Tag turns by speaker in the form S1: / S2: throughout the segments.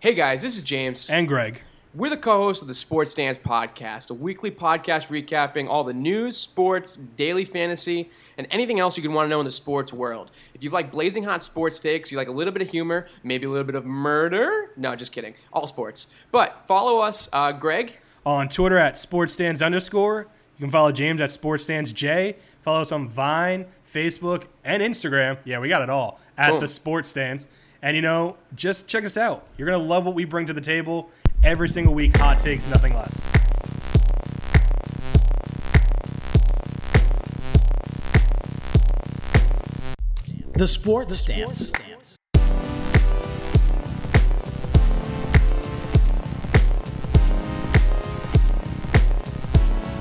S1: Hey guys, this is James.
S2: And Greg.
S1: We're the co hosts of the Sports Stance Podcast, a weekly podcast recapping all the news, sports, daily fantasy, and anything else you could want to know in the sports world. If you like blazing hot sports takes, you like a little bit of humor, maybe a little bit of murder. No, just kidding. All sports. But follow us, uh, Greg.
S2: On Twitter at sportstands underscore. You can follow James at sportstands J. Follow us on Vine, Facebook, and Instagram. Yeah, we got it all at
S1: Boom.
S2: the sports stands. And you know, just check us out. You're gonna love what we bring to the table every single week. Hot takes, nothing less.
S3: The sports stance.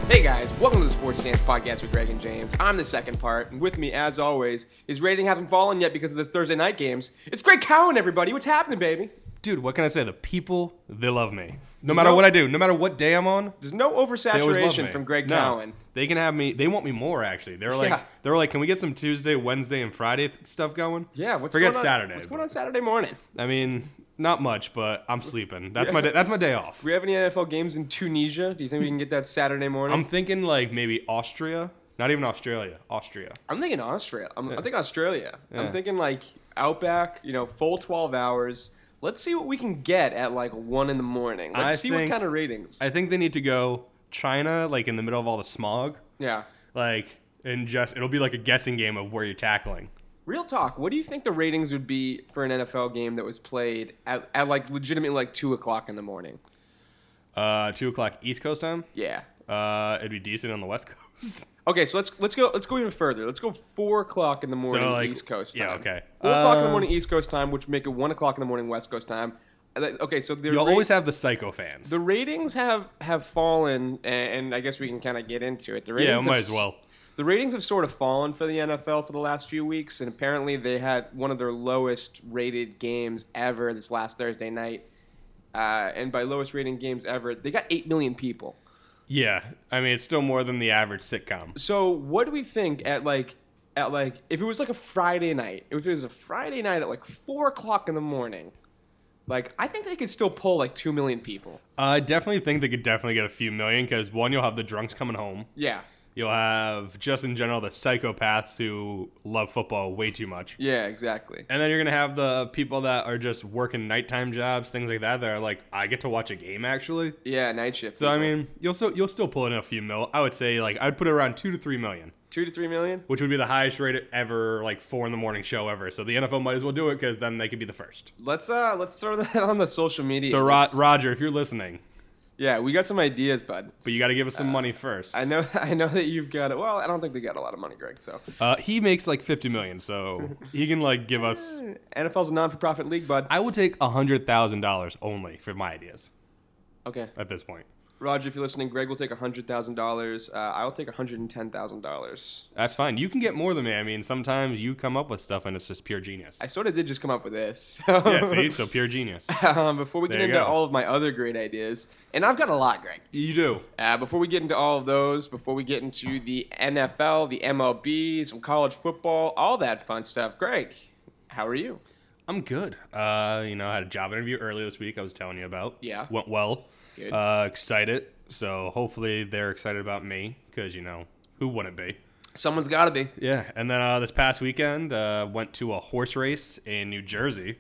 S1: Hey guys, welcome to the Sports Stance Podcast with Greg and James. I'm the second part, and with me, as always, his rating hasn't fallen yet because of this Thursday night games. It's Greg Cowan, everybody. What's happening, baby?
S4: dude, what can I say? The people, they love me. No
S1: There's
S4: matter
S1: no-
S4: what I do, no matter what day I'm on,
S1: There's no
S4: they always love me.
S1: oversaturation from Greg
S4: No,
S1: Cowan.
S4: They can have me. They want me more. Actually, they're like,
S1: Yeah.
S4: they're like, can we get some Tuesday, Wednesday, and Friday th- stuff going?
S1: Yeah, what's
S4: forget
S1: going on?
S4: Saturday.
S1: What's going on Saturday morning?
S4: I mean, not much, but I'm sleeping. That's
S1: Yeah.
S4: my day, that's my day off.
S1: Do we have any NFL games in Tunisia? Do you think we can get that Saturday morning?
S4: I'm thinking like maybe Austria, not even Australia, Austria.
S1: I'm thinking Australia. I'm, I think Australia. I'm
S4: Yeah.
S1: thinking like Outback. You know, full 12 hours. Let's see what we can get at like one in the morning. Let's
S4: I
S1: see what
S4: think-
S1: kind of ratings.
S4: I think they need to go China, like in the middle of all the smog,
S1: yeah.
S4: like and just it'll be like a guessing game of where you're tackling.
S1: Real talk. What do you think the ratings would be for an NFL game that was played at, at like legitimately like two o'clock in the morning?
S4: Uh, two o'clock East Coast time.
S1: Yeah.
S4: Uh, it'd be decent on the West Coast.
S1: Okay, so let's let's go let's go even further. Let's go four o'clock in the morning
S4: like,
S1: East Coast time.
S4: yeah, okay.
S1: Four o'clock in the
S4: Um,
S1: morning East Coast time, which make it one o'clock in the morning West Coast time. And that- Okay, so the
S4: You'll
S1: ra-
S4: always have the psycho fans.
S1: the ratings have have fallen, a- and I guess we can kind of get into it. The ratings
S4: yeah,
S1: have
S4: might
S1: s-
S4: as well.
S1: The ratings have sort of fallen for the NFL for the last few weeks, and apparently they had one of their lowest rated games ever this last Thursday night. Uh, and by lowest rating games ever, they got eight million people.
S4: Yeah, I mean it's still more than the average sitcom.
S1: So what do we think at like at like if it was like a Friday night, if it was a Friday night at like four o'clock in the morning, like I think they could still pull like two million people.
S4: I definitely think they could definitely get a few million because one, you'll have the drunks coming home.
S1: Yeah.
S4: You'll have just in general the psychopaths who love football way too much,
S1: Yeah, exactly.
S4: and then you're gonna have the people that are just working nighttime jobs, things like that. That are like, I get to watch a game actually.
S1: Yeah, night shift.
S4: So I
S1: people.
S4: mean, you'll still you'll still pull in a few mil. I would say like I'd put it around two to three million.
S1: two to three million?
S4: Which would be the highest rate ever, like four in the morning show ever. So the NFL might as well do it because then they could be the first.
S1: Let's uh let's throw that on the social media.
S4: So Ro-
S1: Let's-
S4: Roger, if you're listening,
S1: Yeah, we got some ideas, bud.
S4: but you got to give us some money first.
S1: I know I know that you've got it. Well, I don't think they got a lot of money, Greg, so
S4: Uh, he makes like fifty million, so he can like give us.
S1: NFL's a non for profit league, bud.
S4: I will take hundred thousand dollars only for my ideas
S1: Okay.
S4: at this point.
S1: Roger, if you're listening, Greg will take hundred thousand dollars. Uh, I'll take hundred and ten thousand dollars.
S4: That's fine. You can get more than me. I mean, sometimes you come up with stuff and it's just pure genius.
S1: I sort of did just come up with this. So.
S4: Yeah, see, so pure genius.
S1: um, before we get
S4: There you
S1: into
S4: go.
S1: all of my other great ideas, and I've got a lot, Greg.
S4: You do.
S1: Uh, before we get into all of those, before we get into the NFL, the MLB, some college football, all that fun stuff, Greg, how are you?
S4: I'm good. Uh, you know, I had a job interview earlier this week. I was telling you about.
S1: Yeah.
S4: went well.
S1: Good.
S4: Uh, excited. So hopefully they're excited about me because you know who wouldn't be.
S1: Someone's got to be.
S4: Yeah, and then uh, this past weekend uh, went to a horse race in New Jersey,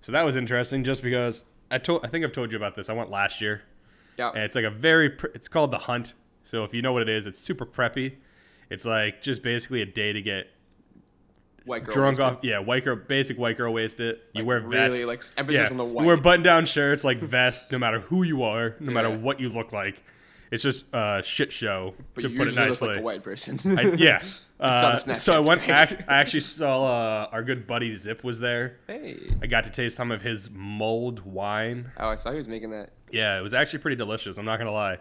S4: so that was interesting. Just because I told, I think I've told you about this. I went last year,
S1: Yeah.
S4: and it's like a very, pr- it's called the Hunt. So if you know what it is, it's super preppy. It's like just basically a day to get
S1: White girl.
S4: drunk
S1: wisdom.
S4: off. Yeah, white girl, basic white girl waist. It you
S1: Like,
S4: wear vest.
S1: really, like, emphasis on the
S4: You wear
S1: white.
S4: button down shirts, like vest, no matter who you are, no matter
S1: Yeah.
S4: what you look like. It's just a shit show
S1: But
S4: to
S1: you
S4: put it
S1: usually
S4: nicely.
S1: look like a white person.
S4: I, yeah.
S1: saw
S4: Uh,
S1: the
S4: so I
S1: Snapchats,
S4: went.
S1: Greg.
S4: act- I actually saw uh, our good buddy Zip was there.
S1: hey.
S4: I got to taste some of his mulled wine.
S1: Oh, I saw he was making that.
S4: Yeah, it was actually pretty delicious. I'm not gonna lie.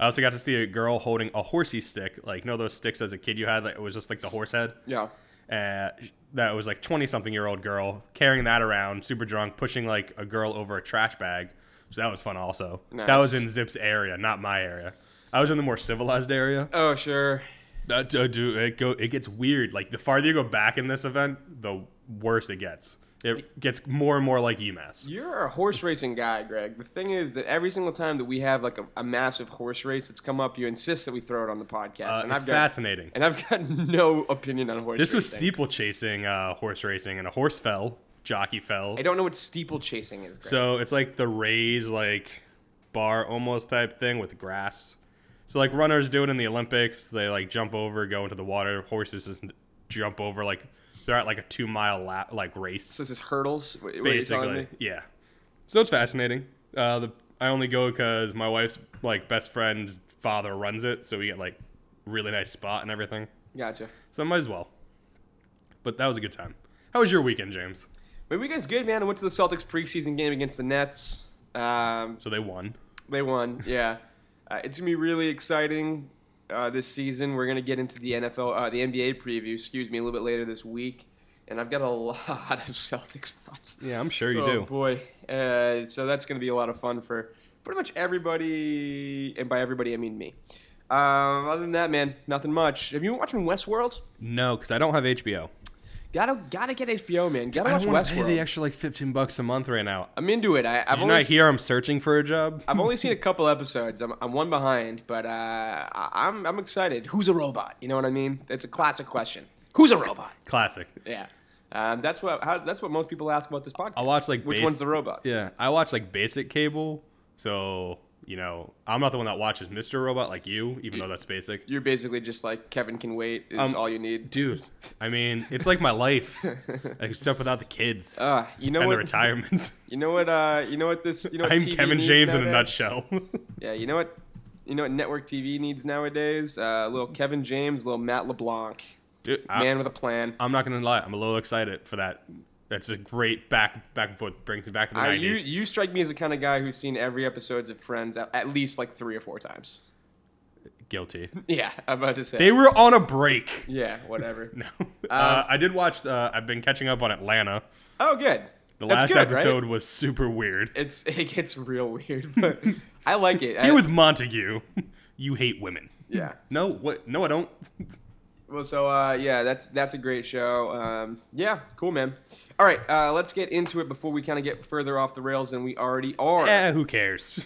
S4: I also got to see a girl holding a horsey stick, like you know those sticks as a kid you had. Like, it was just like the horse head.
S1: Yeah.
S4: Uh, that was like 20 something year old girl carrying that around, super drunk, pushing like a girl over a trash bag. So that was fun. Also, that
S1: Nice.
S4: was in Zip's area, not my area. I was in the more civilized area. uh,
S1: Oh, sure.
S4: That, uh, dude, it go it gets weird. Like the farther you go back in this event, the worse it gets. It gets more and more like E UMass.
S1: You're a horse racing guy, Greg. The thing is that every single time that we have like a, a massive horse race that's come up, you insist that we throw it on the podcast.
S4: Uh,
S1: and
S4: it's
S1: I've got,
S4: fascinating.
S1: And I've got no opinion on horse
S4: This was
S1: racing.
S4: steeplechasing uh, horse racing, and a horse fell, jockey fell.
S1: I don't know what steeple chasing is, Greg.
S4: So it's like the Rays like bar almost type thing with grass. So like runners do it in the Olympics, they like jump over, go into the water. Horses just jump over like they're at like a two mile lap like race
S1: this is hurdles. What- what are you telling
S4: basically.
S1: me?
S4: Yeah. So it's fascinating. Uh, the I only go because my wife's like best friend's father runs it, so we get like really nice spot and everything.
S1: Gotcha.
S4: So I might as well. But that was a good time. How was your weekend, James?
S1: My weekend's good, man. I went to the Celtics preseason game against the Nets. Um,
S4: So they won.
S1: They won. Yeah, uh, it's gonna be really exciting uh, this season. We're gonna get into the NFL, uh, the NBA preview. Excuse me, a little bit later this week, and I've got a lot of Celtics thoughts.
S4: Yeah, I'm sure you
S1: oh,
S4: do.
S1: boy, uh, so that's gonna be a lot of fun for pretty much everybody, and by everybody I mean me. Um, other than that, man, nothing much. Have you been watching Westworld?
S4: No, because I don't have HBO.
S1: Gotta gotta get HBO, man. Gotta
S4: I
S1: watch
S4: want to pay the
S1: Westworld.
S4: extra like 15 bucks a month right now.
S1: I'm into it. I, I've
S4: Did you
S1: only
S4: not
S1: s-
S4: hear I'm searching for a job?
S1: I've only seen a couple episodes. I'm, I'm one behind, but uh, I- I'm, I'm excited. Who's a robot? You know what I mean? It's a classic question. Who's a robot?
S4: Classic.
S1: Yeah. Um, that's what how, that's what most people ask about this podcast.
S4: I watch like
S1: which
S4: bas-
S1: one's the robot?
S4: Yeah, I watch like basic cable. So you know, I'm not the one that watches Mr. Robot like you, even though that's basic.
S1: You're basically just like Kevin can wait is
S4: Um,
S1: all you need.
S4: Dude, I mean, it's like my life, except without the kids
S1: Uh, you know
S4: and the
S1: what?
S4: retirement.
S1: you know what? Uh, you know what this? You know what
S4: I'm
S1: TV
S4: Kevin
S1: needs
S4: James in a
S1: nowadays?
S4: nutshell.
S1: Yeah. You know what? You know what network TV needs nowadays? Uh, little Kevin James, little Matt LeBlanc,
S4: Dude,
S1: man
S4: I,
S1: with a plan.
S4: I'm not gonna lie, I'm a little excited for that. That's a great back back and forth brings me back to the
S1: I,
S4: 90s.
S1: you you strike me as the kind of guy who's seen every episodes of Friends at, at least like three or four times.
S4: Guilty.
S1: Yeah, I'm about to say.
S4: They were on a break.
S1: yeah, whatever.
S4: No, uh, I did watch. Uh, I've been catching up on Atlanta.
S1: Oh, good.
S4: The
S1: That's
S4: last
S1: good, right?
S4: episode was super weird.
S1: It's it gets real weird, but I like it. I,
S4: Here with Montague, you hate women.
S1: yeah.
S4: No, what? No, I don't.
S1: Well, so uh, yeah, that's that's a great show. Um, yeah, cool, man. All right, uh, let's get into it before we kind of get further off the rails than we already are.
S4: Eh, who cares?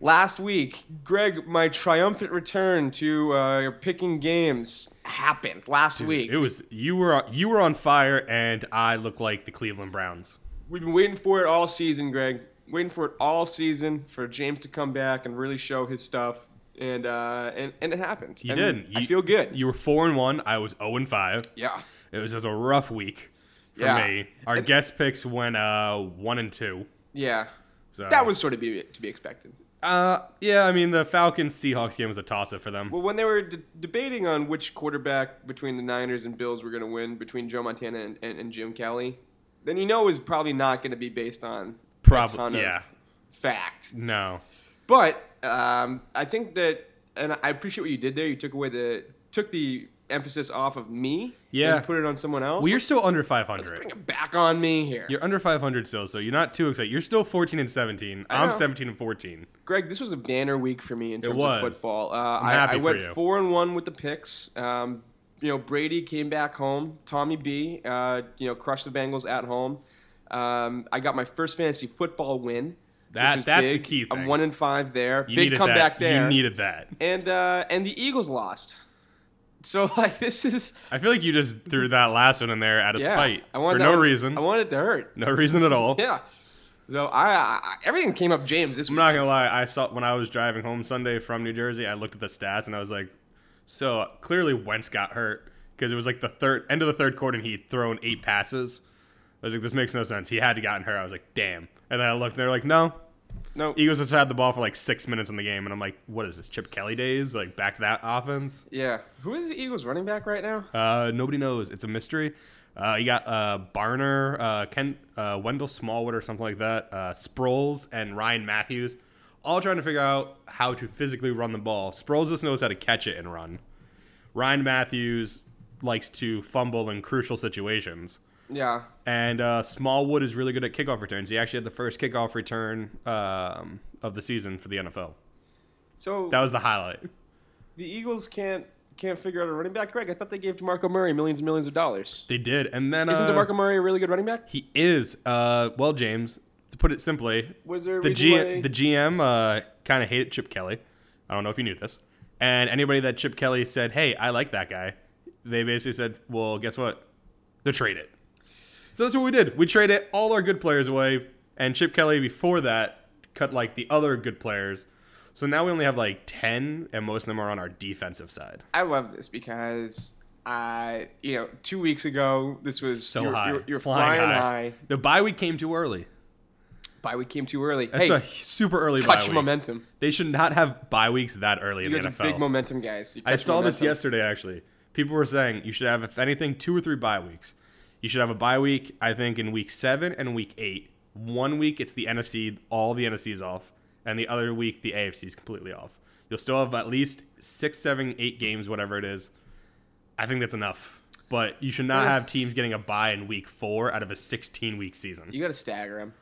S1: Last week, Greg, my triumphant return to uh, picking games happened last week.
S4: it was you were you were on fire, and I look like the Cleveland Browns.
S1: We've been waiting for it all season, Greg. Waiting for it all season for James to come back and really show his stuff, and uh, and and it happened.
S4: You
S1: And
S4: did. You,
S1: I feel good.
S4: You were four and one. I was zero and five.
S1: yeah.
S4: It was just a rough week for
S1: Yeah.
S4: me. Our guest picks went uh one and two.
S1: Yeah.
S4: So.
S1: That was sort of be, to be expected.
S4: uh yeah. I mean the Falcons Seahawks game was a toss up for them.
S1: Well, when they were de- debating on which quarterback between the Niners and Bills were going to win between Joe Montana and, and, and Jim Kelly, then you know it's probably not going to be based on
S4: Probably,
S1: a ton
S4: yeah.
S1: of fact.
S4: no,
S1: But um, I think that, and I appreciate what you did there. You took away the took the emphasis off of me,
S4: Yeah.
S1: and put it on someone else.
S4: well you're still under five
S1: Let's bring
S4: hundred.
S1: it back on me here,
S4: You're under 500 still, so you're not too excited. You're still 14 and 17.
S1: I
S4: I'm
S1: know.
S4: 17 and 14.
S1: Greg. This was a banner week for me in terms
S4: was.
S1: of football. Uh, I,
S4: happy
S1: I
S4: for
S1: went
S4: you.
S1: four and one with the picks. Um, you know, Brady came back home. Tommy B, uh, you know, crushed the Bengals at home. Um, I got my first fantasy football win.
S4: That-
S1: which was
S4: that's the
S1: big.
S4: key
S1: I'm
S4: thing.
S1: one in five there.
S4: You
S1: big
S4: needed
S1: comeback
S4: that.
S1: there.
S4: You needed that.
S1: and uh, and the Eagles lost. So like this is
S4: I feel like you just threw that last one in there out of
S1: yeah.
S4: spite
S1: I wanted
S4: for
S1: that
S4: no
S1: one-
S4: reason.
S1: I want it to hurt.
S4: no reason at all.
S1: Yeah. So I, I I- everything came up James this
S4: I'm not gonna lie. I saw when I was driving home Sunday from New Jersey. I looked at the stats and I was like, so clearly Wentz got hurt because it was like the third end of the third quarter and he'd thrown eight passes. I was like, this makes no sense. He had to gotten hurt. I was like, damn. And then I looked and they're like, no.
S1: No.
S4: Eagles just had the ball for like six minutes in the game, and I'm like, what is this? Chip Kelly days? Like back to that offense?
S1: Yeah. Who is the Eagles running back right now?
S4: Uh, nobody knows. It's a mystery. Uh, you got uh, Barner, uh, Ken, uh, Wendell Smallwood, or something like that. Uh, Sproles and Ryan Matthews, all trying to figure out how to physically run the ball. Sproles just knows how to catch it and run. Ryan Matthews likes to fumble in crucial situations.
S1: Yeah.
S4: And uh, Smallwood is really good at kickoff returns. He actually had the first kickoff return um, of the season for the NFL.
S1: So
S4: That was the highlight.
S1: the Eagles can't can't figure out a running back, Greg. I thought they gave DeMarco Murray millions and millions of dollars.
S4: They did, and then
S1: Isn't
S4: uh,
S1: DeMarco Murray a really good running back?
S4: He is. Uh, well, James, to put it simply,
S1: Was there a
S4: the,
S1: reason why they-
S4: the GM uh, kind of hated Chip Kelly. I don't know if you knew this. And anybody that Chip Kelly said, "Hey, I like that guy," they basically said, "Well, guess what? They trade it." So that's what we did. We traded all our good players away, and Chip Kelly before that cut like the other good players. So now we only have like ten, and most of them are on our defensive side.
S1: I love this because I, you know, two weeks ago this was
S4: So
S1: you're,
S4: high,
S1: You're, you're flying, high.
S4: The bye week came too early.
S1: Bye week came too early.
S4: That's
S1: hey,
S4: a super early bye
S1: clutch
S4: week.
S1: momentum.
S4: They should not have bye weeks that early
S1: You
S4: in
S1: guys
S4: the
S1: are
S4: NFL.
S1: big momentum guys. You
S4: I
S1: catch
S4: saw this
S1: momentum.
S4: yesterday actually. People were saying you should have, if anything, two or three bye weeks. You should have a bye week, I think, in week seven and week eight. One week it's the NFC, all the NFC is off, and the other week the AFC is completely off. You'll still have at least six, seven, eight games, whatever it is. I think that's enough. But you should not have teams getting a bye in week four out of a 16 week season.
S1: You got to stagger him.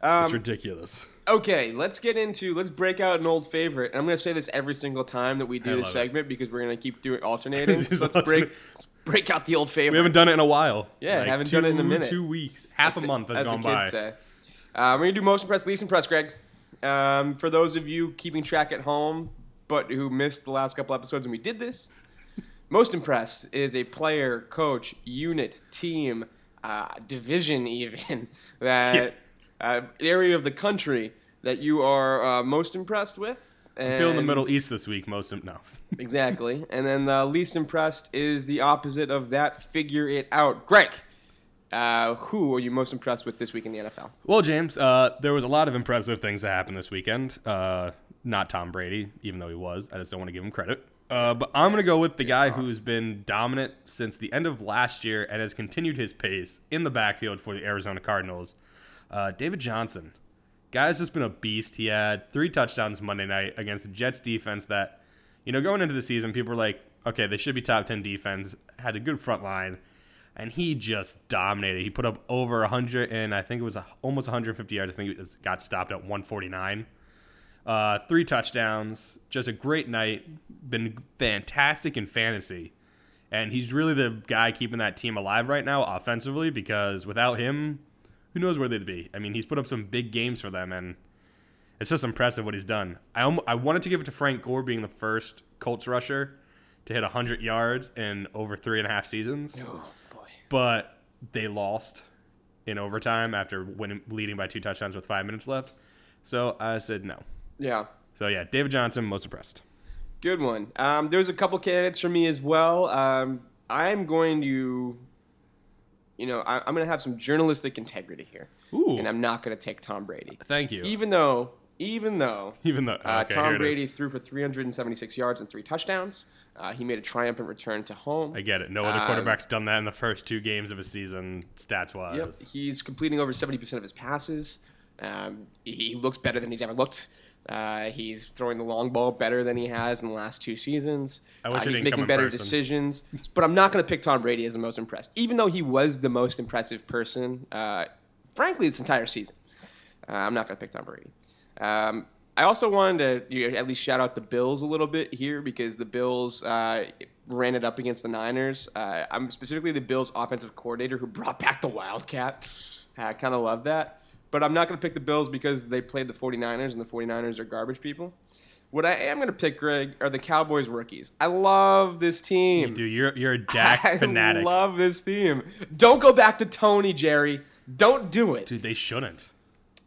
S1: Um,
S4: it's ridiculous.
S1: Okay, let's get into let's break out an old favorite. And I'm gonna say this every single time that we do
S4: I
S1: this
S4: love it.
S1: segment because we're gonna keep doing alternating.
S4: This is
S1: so let's break
S4: alternate.
S1: let's break out the old favorite.
S4: We haven't done it in a while.
S1: Yeah, haven't done it in a
S4: two-
S1: minute.
S4: Two weeks, half a month has
S1: as
S4: gone
S1: the kids
S4: by.
S1: say. Uh, we're gonna do most impressed, least impressed, Greg. Um, for those of you keeping track at home, but who missed the last couple episodes when we did this, most impressed is a player, coach, unit, team, uh, division, even that uh, area of the country that you are uh, most impressed with. And
S4: Feel in the Middle East this week, most of no.
S1: exactly. And then the least impressed is the opposite of that. Figure it out, Greg. Uh, who are you most impressed with this week in the NFL?
S4: Well, James, uh, there was a lot of impressive things that happened this weekend. Uh, not Tom Brady, even though he was. I just don't want to give him credit. Uh, but I'm going to go with the guy who's been dominant since the end of last year and has continued his pace in the backfield for the Arizona Cardinals. Uh, David Johnson. Guy's just been a beast. He had three touchdowns Monday night against the Jets defense that, you know, going into the season, people were like, okay, they should be top 10 defense, had a good front line and he just dominated. He put up over 100 and I think it was a, almost 150 yards. I think it was- got stopped at 149. Uh, three touchdowns, just a great night. Been fantastic in fantasy, and he's really the guy keeping that team alive right now offensively because without him, who knows where they'd be. I mean, he's put up some big games for them, and it's just impressive what he's done. I almo- I wanted to give it to Frank Gore being the first Colts rusher to hit 100 yards in over three and a half seasons
S1: Oh boy.
S4: but they lost in overtime after winning, leading by two touchdowns with five minutes left. So I said no.
S1: Yeah.
S4: So yeah, David Johnson most impressed.
S1: Good one. Um, there's a couple candidates for me as well. Um, I'm going to, you know, I, I'm going to have some journalistic integrity here,
S4: Ooh.
S1: and I'm not going to take Tom Brady,
S4: Thank you. Even,
S1: even though, even though
S4: though okay,
S1: uh,
S4: here it
S1: Tom
S4: is.
S1: Brady threw for 376 yards and three touchdowns. Uh, he made a triumphant return to home.
S4: I get it. No other
S1: Um,
S4: quarterback's done that in the first two games of a season, stats wise.
S1: Yep, he's completing over 70% of his passes. Um, he, he looks better than he's ever looked. Uh, he's throwing the long ball better than he has in the last two seasons.
S4: I
S1: Uh,
S4: wish he
S1: he's
S4: didn't
S1: making
S4: come in
S1: better
S4: person.
S1: decisions. But I'm not going to pick Tom Brady as the most impressed, even though he was the most impressive person, uh, frankly, this entire season. Uh, I'm not going to pick Tom Brady. Um, I also wanted to you know, at least shout out the Bills a little bit here because the Bills uh, ran it up against the Niners. Uh, I'm specifically the Bills' offensive coordinator who brought back the Wildcat. I kind of love that. But I'm not going to pick the Bills because they played the 49ers and the 49ers are garbage people. What I am going to pick, Greg, are the Cowboys rookies. I love this team.
S4: Dude, you're you're a Dak
S1: I
S4: fanatic.
S1: love this team. Don't go back to Tony, Jerry. Don't do it.
S4: Dude, they shouldn't.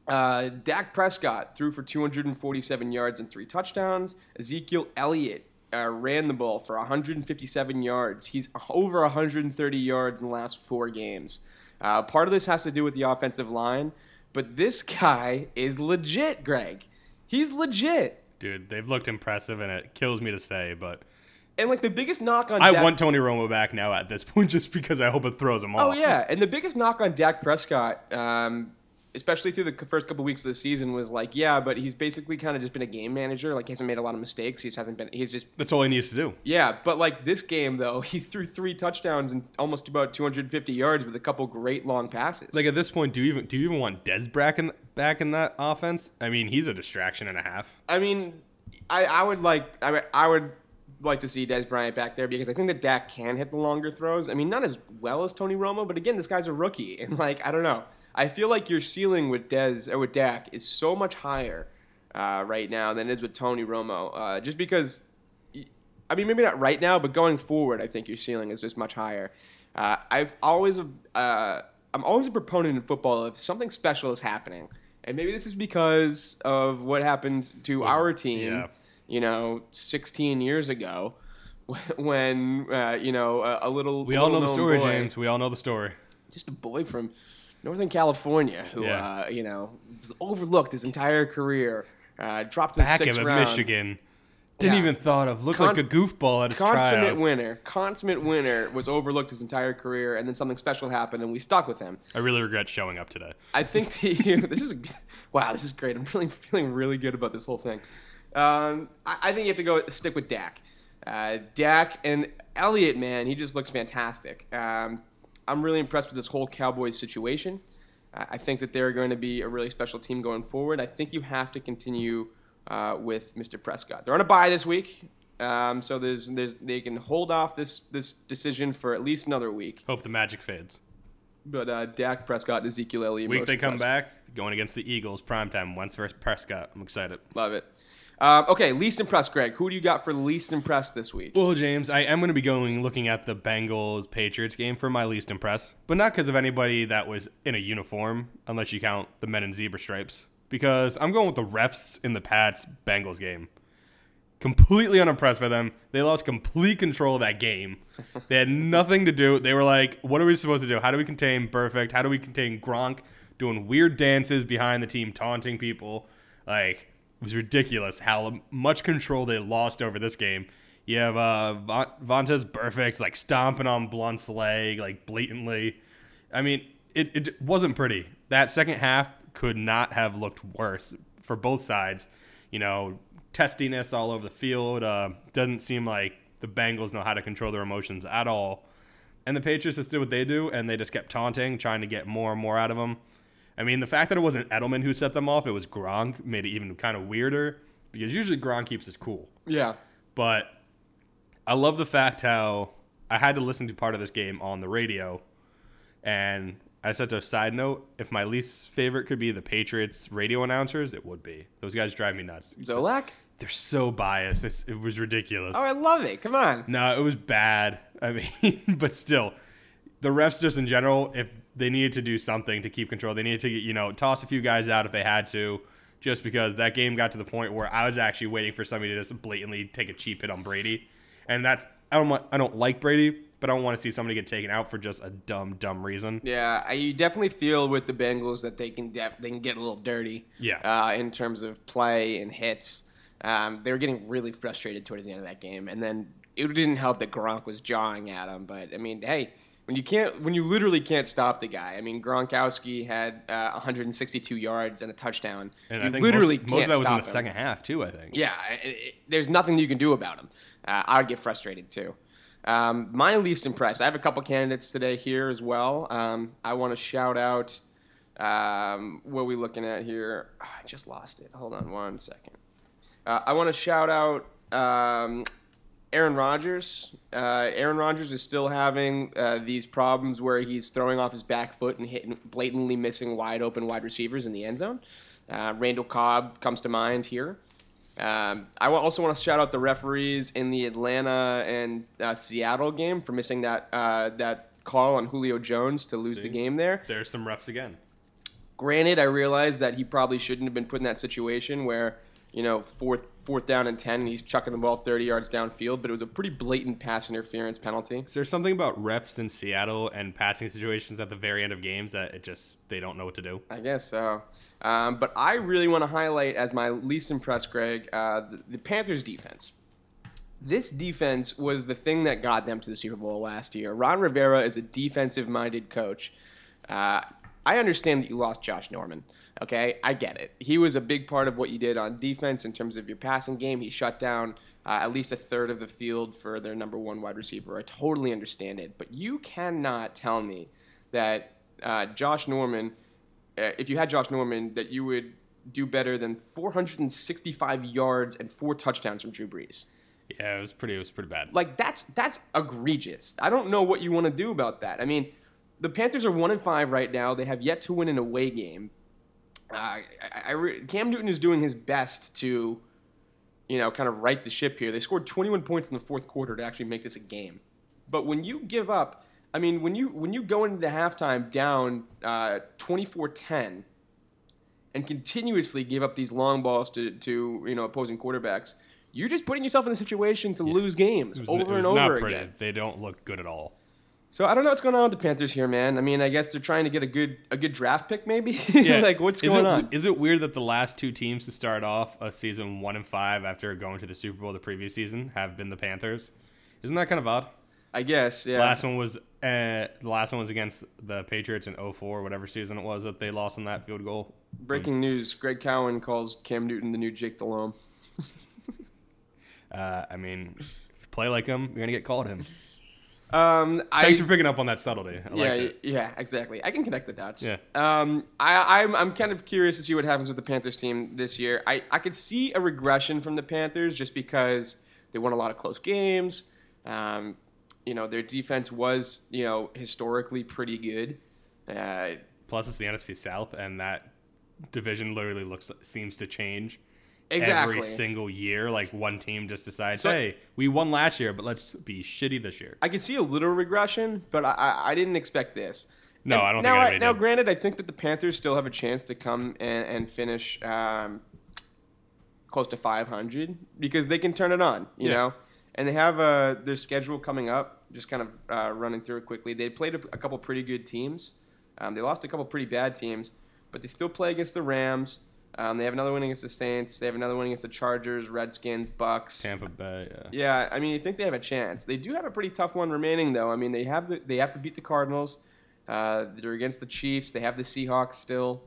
S1: Uh, Dak Prescott threw for 247 yards and three touchdowns. Ezekiel Elliott uh, ran the ball for 157 yards. He's over 130 yards in the last four games. Uh, part of this has to do with the offensive line, but this guy is legit, Greg. He's legit.
S4: Dude, they've looked impressive, and it kills me to say, but
S1: And like the biggest knock on
S4: I
S1: Dak-
S4: want Tony Romo back now at this point just because I hope it throws him
S1: Oh
S4: off.
S1: yeah, and the biggest knock on Dak Prescott, um, especially through the c- first couple weeks of the season, was like, yeah, but he's basically kind of just been a game manager. Like, he hasn't made a lot of mistakes. He just hasn't been. He's just
S4: That's all he needs to do.
S1: yeah. But like this game though, he threw three touchdowns and almost about 250 yards with a couple great long passes.
S4: Like at this point, do you even do you even want Des back in back in that offense? I mean, he's a distraction and a half.
S1: I mean, I, I would like I, would- I would like to see Des Bryant back there because I think that Dak can hit the longer throws. I mean, not as well as Tony Romo, but again, this guy's a rookie, and like I don't know. I feel like your ceiling with Des or with Dak is so much higher uh, right now than it is with Tony Romo, uh, just because. I mean, maybe not right now, but going forward, I think your ceiling is just much higher. Uh, I've always, uh, I'm always a proponent in football of something special is happening, and maybe this is because of what happened to our team,
S4: yeah.
S1: you know, 16 years ago, when uh, you know a, a little
S4: We all know the
S1: little-known
S4: story,
S1: boy-
S4: James. We all know the story.
S1: just a boy from Northern California who,
S4: Yeah.
S1: uh, you know, was overlooked his entire career, uh, dropped to the
S4: Back
S1: sixth
S4: of
S1: round.
S4: Michigan. Didn't
S1: Yeah.
S4: even thought of. Looked
S1: Con-
S4: like a goofball at his
S1: Consummate
S4: tryouts.
S1: winner, consummate winner, was overlooked his entire career, and then something special happened, and we stuck with him.
S4: I really regret showing up today.
S1: I think to you, this is wow, this is great. I'm really feeling really good about this whole thing. Um, I, I think you have to go stick with Dak. Uh, Dak and Elliott, man, he just looks fantastic. Um, I'm really impressed with this whole Cowboys situation. Uh, I I think that they're going to be a really special team going forward. I think you have to continue uh, with Mr. Prescott. They're on a bye this week, um, so there's, there's, they can hold off this, this decision for at least another week.
S4: Hope the magic fades.
S1: But uh, Dak Prescott and Ezekiel Elliott.
S4: Week
S1: most
S4: they come
S1: impressive.
S4: back, going against the Eagles, primetime, Wentz versus Prescott. I'm excited.
S1: Love it. Um, okay, least impressed, Greg. Who do you got for least impressed this week?
S4: Well, James, I am going to be going looking at the Bengals Patriots game for my least impressed, but not because of anybody that was in a uniform, unless you count the men in zebra stripes. Because I'm going with the refs in the Pats Bengals game. Completely unimpressed by them. They lost complete control of that game. They had nothing to do. They were like, "What are we supposed to do? How do we contain Perfect? How do we contain Gronk doing weird dances behind the team, taunting people?" Like it was ridiculous how much control they lost over this game. You have uh, Von- Vontez Perfect like stomping on Blunt's leg like blatantly. I mean, it, it wasn't pretty. That second half could not have looked worse for both sides. You know, testiness all over the field. Uh, doesn't seem like the Bengals know how to control their emotions at all. And the Patriots just did what they do, and they just kept taunting, trying to get more and more out of them. I mean, the fact that it wasn't Edelman who set them off, it was Gronk, made it even kind of weirder because usually Gronk keeps us cool
S1: yeah.
S4: but I love the fact how I had to listen to part of this game on the radio. And as such a side note, if my least favorite could be the Patriots radio announcers, it would be. Those guys drive me nuts.
S1: Zolak?
S4: They're so biased. It's, it was ridiculous.
S1: Oh, I love it. Come on.
S4: No, it was bad. I mean, but still, the refs just in general, if they needed to do something to keep control, they needed to you know toss a few guys out if they had to, just because that game got to the point where I was actually waiting for somebody to just blatantly take a cheap hit on Brady, and that's I don't want, I don't like Brady, but I don't want to see somebody get taken out for just a dumb dumb reason.
S1: Yeah, I, you definitely feel with the Bengals that they can def- they can get a little dirty.
S4: Yeah.
S1: Uh, in terms of play and hits, um, they were getting really frustrated towards the end of that game, and then it didn't help that Gronk was jawing at him. But I mean, hey. When you can't, when you literally can't stop the guy. I mean, Gronkowski had uh, 162 yards and a touchdown.
S4: And
S1: you
S4: I think
S1: literally
S4: most,
S1: can't
S4: most of that was in
S1: stop
S4: the
S1: him.
S4: second half too. I think.
S1: Yeah, i i there's nothing you can do about him. Uh, I would get frustrated too. Um, my least impressed. I have a couple candidates today here as well. Um, I want to shout out. Um, what are we looking at here? Ah, I just lost it. Hold on one second. Uh, I want to shout out um, Aaron Rodgers. Uh, Aaron Rodgers is still having uh, these problems where he's throwing off his back foot and hitting, blatantly missing wide open wide receivers in the end zone. Uh, Randall Cobb comes to mind here. Um, I wa- also want to shout out the referees in the Atlanta and uh, Seattle game for missing that uh, that call on Julio Jones to lose the game there.
S4: There's some refs again.
S1: Granted, I realize that he probably shouldn't have been put in that situation where, you know, fourth fourth down and ten, and he's chucking the ball thirty yards downfield. But it was a pretty blatant pass interference penalty.
S4: Is there something about refs in Seattle and passing situations at the very end of games that it just they don't know what to do?
S1: I guess so. Um, but I really want to highlight as my least impressed, Greg, uh, the, the Panthers defense. This defense was the thing that got them to the Super Bowl last year. Ron Rivera is a defensive minded coach. Uh, I understand that you lost Josh Norman. Okay, I get it. He was a big part of what you did on defense in terms of your passing game. He shut down uh, at least a third of the field for their number one wide receiver. I totally understand it. But you cannot tell me that uh, Josh Norman uh, if you had Josh Norman, that you would do better than 465 yards and four touchdowns from Drew Brees.
S4: Yeah, it was pretty. It was pretty bad.
S1: Like that's that's egregious. I don't know what you want to do about that. I mean, the Panthers are one and five right now. They have yet to win an away game. Uh, I, I, I re- Cam Newton is doing his best to, you know, kind of right the ship here. They scored 21 points in the fourth quarter to actually make this a game. But when you give up, I mean, when you when you go into halftime down uh, 24-10 and continuously give up these long balls to, to you know opposing quarterbacks, you're just putting yourself in a situation to lose games
S4: It was-
S1: over
S4: it was
S1: and
S4: not
S1: over
S4: pretty.
S1: again.
S4: They don't look good at all.
S1: So I don't know what's going on with the Panthers here, man. I mean, I guess they're trying to get a good a good draft pick, maybe. like, what's
S4: is
S1: going
S4: it,
S1: on?
S4: Is it weird that the last two teams to start off a season one and five after going to the Super Bowl the previous season have been the Panthers? Isn't that kind of odd?
S1: I guess, yeah.
S4: Last one was uh, the last one was against the Patriots in 04, whatever season it was that they lost on that field goal.
S1: Breaking news: Greg Cowan calls Cam Newton the new Jake DeLome.
S4: Uh, I mean, if you play like him, you're gonna get called him.
S1: Um, I
S4: Thanks for picking up on that subtlety. I
S1: yeah,
S4: liked it.
S1: yeah, exactly. I can connect the dots.
S4: Yeah.
S1: Um, I, I'm, I'm kind of curious to see what happens with the Panthers team this year. I, I could see a regression from the Panthers just because they won a lot of close games. Um, you know, their defense was, you know, historically pretty good. Uh,
S4: Plus, it's the NFC South, and that division literally looks seems to change
S1: exactly.
S4: every single year. Like one team just decides,
S1: So-
S4: hey, we won last year, but let's be shitty this year.
S1: I could see a little regression, but I, I, I didn't expect this.
S4: No, I don't
S1: now,
S4: think anybody
S1: now,
S4: did.
S1: granted, I think that the Panthers still have a chance to come and, and finish um, close to 500 because they can turn it on, you
S4: Yeah.
S1: know. And they have uh, their schedule coming up. Just kind of uh, running through it quickly. They played a, a couple pretty good teams. Um, they lost a couple pretty bad teams, but they still play against the Rams. Um, they have another win against the Saints. They have another win against the Chargers, Redskins, Bucks.
S4: Tampa Bay. Yeah.
S1: Yeah, I mean, you think they have a chance. They do have a pretty tough one remaining, though. I mean, they have the, they have to beat the Cardinals. Uh, they're against the Chiefs. They have the Seahawks still.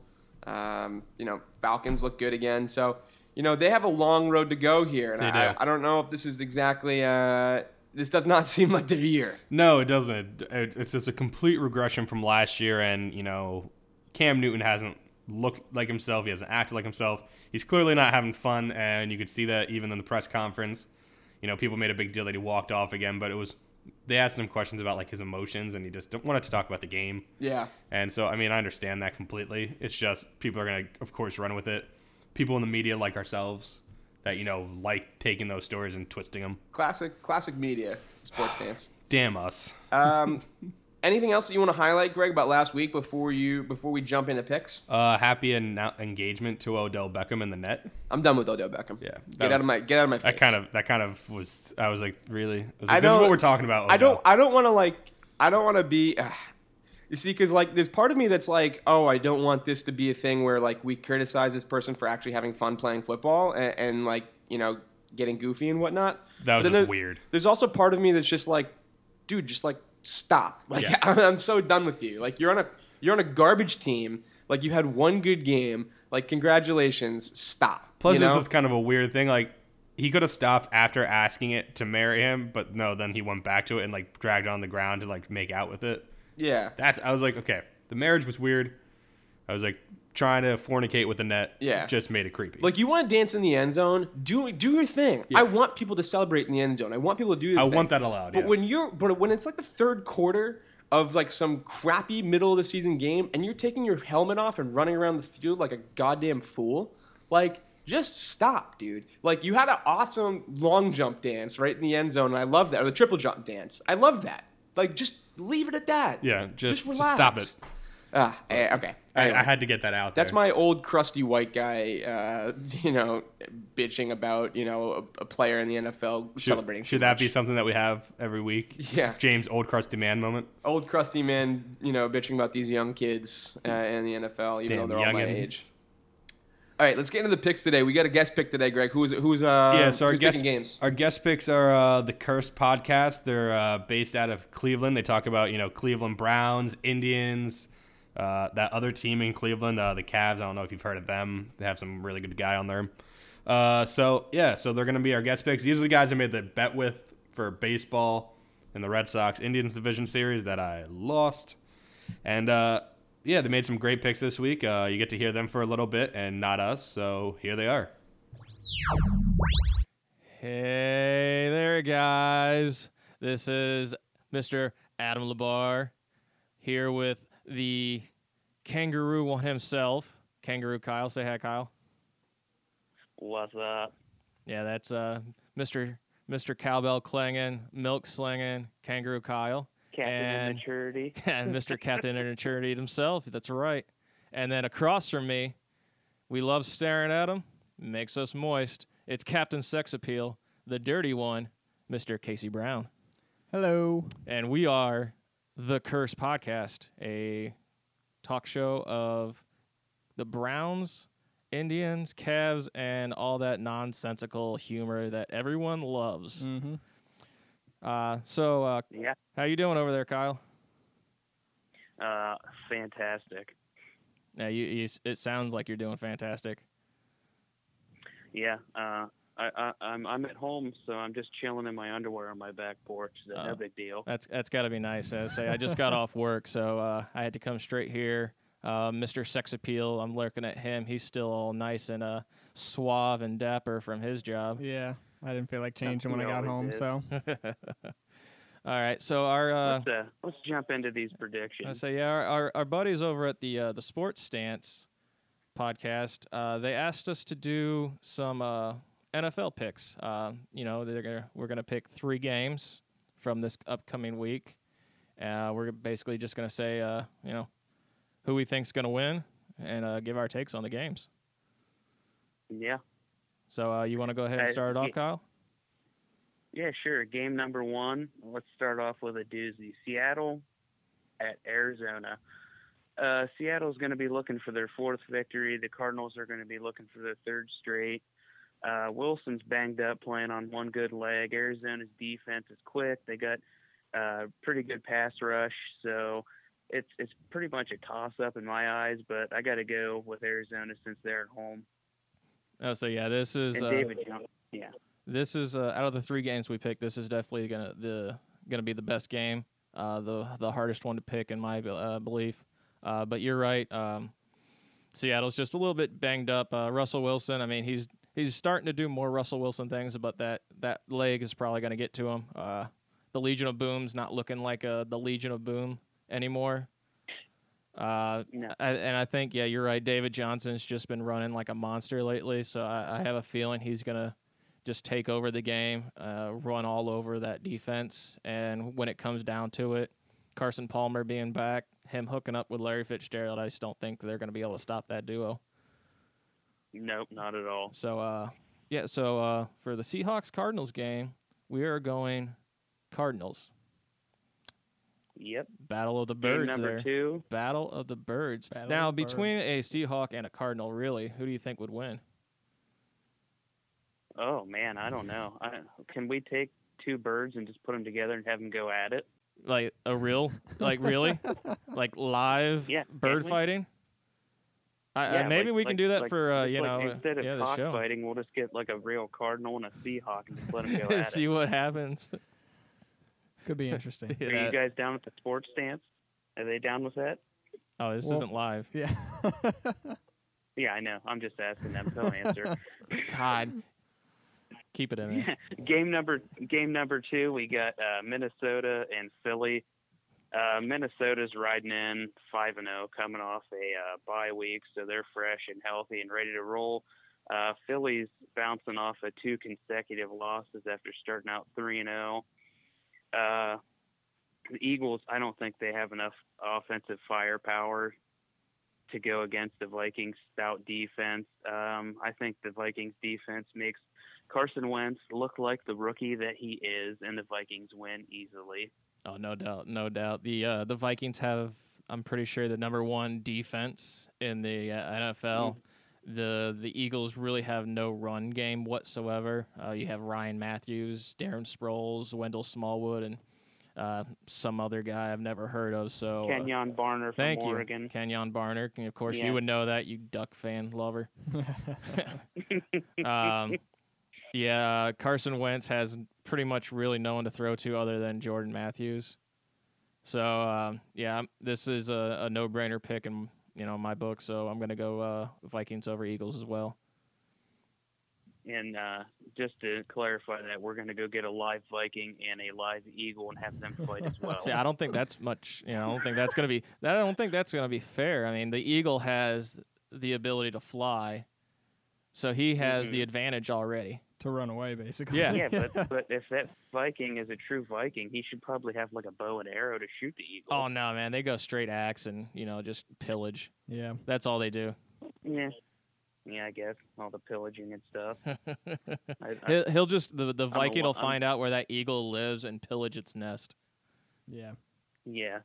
S1: Um, you know, Falcons look good again. So, you know, they have a long road to go here, and
S4: They
S1: I,
S4: do.
S1: I don't know if this is exactly. Uh, this does not seem like their year.
S4: No, it doesn't. It- It's just a complete regression from last year, and you know, Cam Newton hasn't looked like himself. He hasn't acted like himself. He's clearly not having fun, and you could see that even in the press conference. You know, people made a big deal that he walked off again, but it was they asked him questions about like his emotions, and he just wanted to talk about the game.
S1: Yeah.
S4: And so, I mean, I understand that completely. It's just people are going to, of course, run with it. People in the media like ourselves that, you know, like taking those stories and twisting them.
S1: Classic, classic media sports stance.
S4: Damn us.
S1: Um, anything else that you want to highlight, Greg, about last week before you before we jump into picks?
S4: Uh, happy en- engagement to Odell Beckham in the net.
S1: I'm done with Odell Beckham.
S4: Yeah, that
S1: Get out
S4: was-
S1: of my get out of my face.
S4: That kind of, that kind of was, I was like, really? I was
S1: I
S4: like, this is
S1: don't-
S4: what we're talking about.
S1: I don't.
S4: Odell.
S1: I don't want to like. I don't want to be. Uh, you see, because like, there's part of me that's like, oh, I don't want this to be a thing where like we criticize this person for actually having fun playing football and, and like you know getting goofy and whatnot.
S4: That
S1: But then
S4: was just
S1: there-
S4: weird.
S1: There's also part of me that's just like, dude, just like stop. Like
S4: Yeah.
S1: I'm, I'm so done with you. Like you're on a you're on a garbage team. Like you had one good game. Like congratulations. Stop.
S4: Plus,
S1: you
S4: this
S1: know?
S4: is kind of a weird thing. Like, he could have stopped after asking it to marry him, but no, then he went back to it and like dragged it on the ground to like make out with it.
S1: yeah.
S4: That's I was like, okay, the marriage was weird. I was like trying to fornicate with the net.
S1: Yeah.
S4: just made it creepy.
S1: Like you want to dance in the end zone, do do your thing. I want people to celebrate in the end zone. I want people to do. This
S4: I
S1: thing.
S4: want that allowed.
S1: But
S4: yeah.
S1: when you're, but when it's like the third quarter of like some crappy middle of the season game, and you're taking your helmet off and running around the field like a goddamn fool, like just stop, dude. Like you had an awesome long jump dance right in the end zone, and I love that. Or the triple jump dance, I love that. Like just leave it at that.
S4: yeah, just, just stop it.
S1: Ah, eh, okay.
S4: I,
S1: Anyway.
S4: I had to get that out.
S1: That's
S4: there.
S1: my old crusty white guy, uh, you know, bitching about you know a, a player in the NFL celebrating.
S4: Should that be something that we have every week?
S1: Yeah.
S4: James Old Crusty Man moment.
S1: old crusty man, you know, bitching about these young kids uh, in the NFL, even though
S4: Damn
S1: they're all my
S4: youngins.
S1: age? All right, let's get into the picks today. We got a guest pick today, Greg. Who's who's uh
S4: Yeah, so our
S1: who's
S4: guest
S1: picking games?
S4: our guest picks are uh, the Cursed podcast. They're uh, based out of Cleveland. They talk about you know Cleveland Browns, Indians, uh, that other team in Cleveland, uh, the Cavs. I don't know if you've heard of them. They have some really good guy on there. Uh, so yeah, so they're gonna be our guest picks. These are the guys I made the bet with for baseball in the Red Sox Indians division series that I lost. And uh, yeah, they made some great picks this week. Uh, you get to hear them for a little bit and not us. So here they are.
S5: Hey there, guys. This is Mr. Adam Labar here with the kangaroo one himself, Kangaroo Kyle. Say hi, Kyle.
S6: What's up?
S5: Yeah, that's uh, Mr. Mr. Cowbell Clangin, Milk Slingin, Kangaroo Kyle,
S6: Captain
S5: and
S6: Immaturity.
S5: and Mr. Captain Immaturity himself. That's right. And then across from me, we love staring at him. Makes us moist. It's Captain Sex Appeal, the dirty one, Mr. Casey Brown.
S7: Hello.
S5: And we are the Curse Podcast, a talk show of the Browns, Indians, Cavs, and all that nonsensical humor that everyone loves.
S7: Mm-hmm.
S5: Uh, so, uh,
S6: Yeah,
S5: how you doing over there, Kyle?
S6: uh, fantastic.
S5: Yeah, you, you, it sounds like you're doing fantastic.
S6: Yeah, uh, I, I, I'm I'm at home, so I'm just chilling in my underwear on my back porch. So
S5: Oh.
S6: no big deal.
S5: That's that's got to be nice. I say I just got off work, so uh, I had to come straight here. Uh, Mr. Sex Appeal, I'm lurking at him. He's still all nice and uh, suave and dapper from his job.
S7: Yeah, I didn't feel like changing
S6: we
S7: when I got
S6: always
S7: home,
S6: did.
S7: so
S5: All right, so our uh,
S6: let's, uh, let's jump into these
S5: I
S6: predictions.
S5: say, yeah, our, our, our buddies over at the uh, the Sports Stance podcast, uh, they asked us to do some uh, NFL picks. Uh, you know, they're gonna, we're going to pick three games from this upcoming week. Uh, we're basically just going to say, uh, you know, who we think's going to win and uh, give our takes on the games.
S6: Yeah,
S5: So uh, you want to go ahead and
S6: Uh,
S5: start it off,
S6: yeah.
S5: Kyle?
S6: yeah, sure. Game number one. Let's start off with a doozy. Seattle at Arizona. Uh, Seattle's going to be looking for their fourth victory. The Cardinals are going to be looking for their third straight. Uh, Wilson's banged up, playing on one good leg. Arizona's defense is quick. They got uh, pretty good pass rush, so it's it's pretty much a toss up in my eyes. But I got to go with Arizona since they're at home.
S5: Oh, so yeah, this is
S6: And
S5: uh,
S6: David Johnson, yeah,
S5: this is uh, out of the three games we picked. This is definitely gonna the gonna be the best game, uh, the the hardest one to pick in my uh, belief. Uh, but you're right. Um, Seattle's just a little bit banged up. Uh, Russell Wilson. I mean, he's he's starting to do more Russell Wilson things, but that that leg is probably gonna get to him. Uh, the Legion of Boom's not looking like uh, the Legion of Boom anymore. Uh,
S6: No.
S5: I, and I think yeah, you're right. David Johnson's just been running like a monster lately, so I, I have a feeling he's gonna just take over the game, uh, run all over that defense. And when it comes down to it, Carson Palmer being back, him hooking up with Larry Fitzgerald, I just don't think they're going to be able to stop that duo.
S6: nope, not at all.
S5: So, uh, yeah, so uh, for the Seahawks Cardinals game, we are going Cardinals.
S6: Yep,
S5: Battle of the
S6: game
S5: Birds
S6: number
S5: there.
S6: two.
S5: Battle of the Birds.
S7: Battle
S5: now,
S7: of the
S5: between a Seahawk and a Cardinal, really, who do you think would win?
S6: Oh man, I don't know. I, can we take two birds and just put them together and have them go at it?
S5: Like a real, like really, like live
S6: Yeah,
S5: bird
S6: definitely.
S5: fighting. I, I,
S6: Yeah,
S5: Uh, maybe
S6: like-
S5: we can
S6: like-
S5: do that
S6: like-
S5: for uh,
S6: just
S5: you
S6: like
S5: know
S6: instead of
S5: yeah the show.
S6: cockfighting, we'll just get like a real cardinal and a seahawk and just let them go at
S5: See
S6: it.
S5: what happens.
S7: could be interesting.
S5: Yeah,
S6: Are you
S5: that-
S6: guys down with the sports stance? Are they down with that?
S5: oh, this
S7: Well-
S5: isn't live.
S7: yeah,
S6: Yeah, I know. I'm just asking them. They'll answer.
S5: God, keep it in there.
S6: game number game number two. We got uh, Minnesota and Philly. Uh, Minnesota's riding in five and zero, coming off a uh, bye week, so they're fresh and healthy and ready to roll. Uh, Philly's bouncing off of two consecutive losses after starting out three and zero. Uh, The Eagles, I don't think they have enough offensive firepower to go against the Vikings' stout defense. Um, I think the Vikings' defense makes Carson Wentz look like the rookie that he is, and the Vikings win easily.
S5: Oh, no doubt, no doubt. The uh, the Vikings have, I'm pretty sure, the number one defense in the uh, NFL. The the Eagles really have no run game whatsoever. Uh, you have Ryan Matthews, Darren Sproles, Wendell Smallwood, and uh, some other guy I've never heard of. So uh,
S6: Kenyon Barner from
S5: thank you,
S6: Oregon.
S5: Kenyon Barner. And of course,
S6: Yeah.
S5: you would know that, you Duck fan lover. um, yeah, Carson Wentz has pretty much really no one to throw to other than Jordan Matthews. So um, yeah, I'm- this is a, a no-brainer pick in you know my book. So I'm gonna go uh, Vikings over Eagles as well.
S6: And uh, just to clarify that, we're going to go get a live Viking and a live Eagle and have them fight as well.
S5: See, I don't think that's much. You know, I don't think that's gonna be. That I don't think that's gonna be fair. I mean, the eagle has the ability to fly, so he has
S6: Mm-hmm.
S5: the advantage already.
S7: to run away, basically.
S5: Yeah.
S6: yeah, but but if that Viking is a true Viking, he should probably have like a bow and arrow to shoot the eagle.
S5: Oh no, man! They go straight axe and you know just pillage.
S7: yeah.
S5: That's all they do.
S6: yeah, yeah, I guess all the pillaging and stuff. I, I,
S5: He'll, he'll just the the Viking will
S6: I'm-
S5: find out where that eagle lives and pillage its nest.
S7: Yeah.
S6: yeah.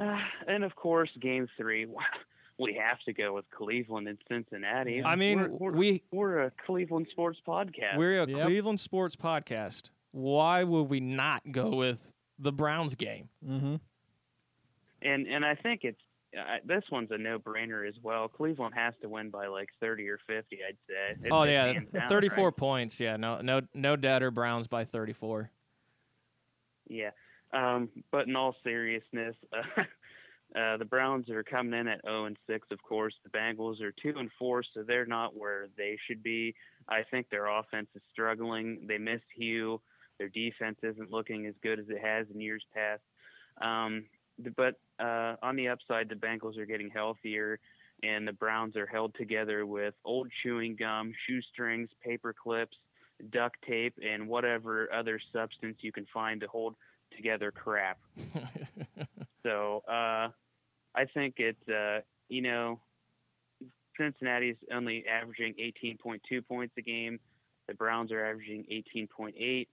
S6: Uh, and of course, game three, we have to go with Cleveland and Cincinnati.
S5: I mean,
S6: We're- we're-
S5: we
S6: We're a Cleveland sports podcast.
S5: we're a
S7: Yep.
S5: Cleveland sports podcast. Why would we not go with the Browns game?
S7: Mm-hmm.
S6: and and I think it's uh, this one's a no-brainer as well. Cleveland has to win by like 30 or 50, I'd say. It's
S5: oh
S6: just
S5: yeah,
S6: hands down, right?
S5: 34 points. Yeah, no no no doubt or Browns by 34.
S6: Yeah. Um, but in all seriousness, uh, uh, the Browns are coming in at 0 and 6, of course. The Bengals are 2 and 4, so they're not where they should be. I think their offense is struggling. They missed Hugh. Their defense isn't looking as good as it has in years past. Um, th- but uh, on the upside, the Bengals are getting healthier, and the Browns are held together with old chewing gum, shoestrings, paper clips, duct tape, and whatever other substance you can find to hold together crap. so uh, I think it's, uh, you know, Cincinnati's only averaging 18.2 points a game. The Browns are averaging 18.8,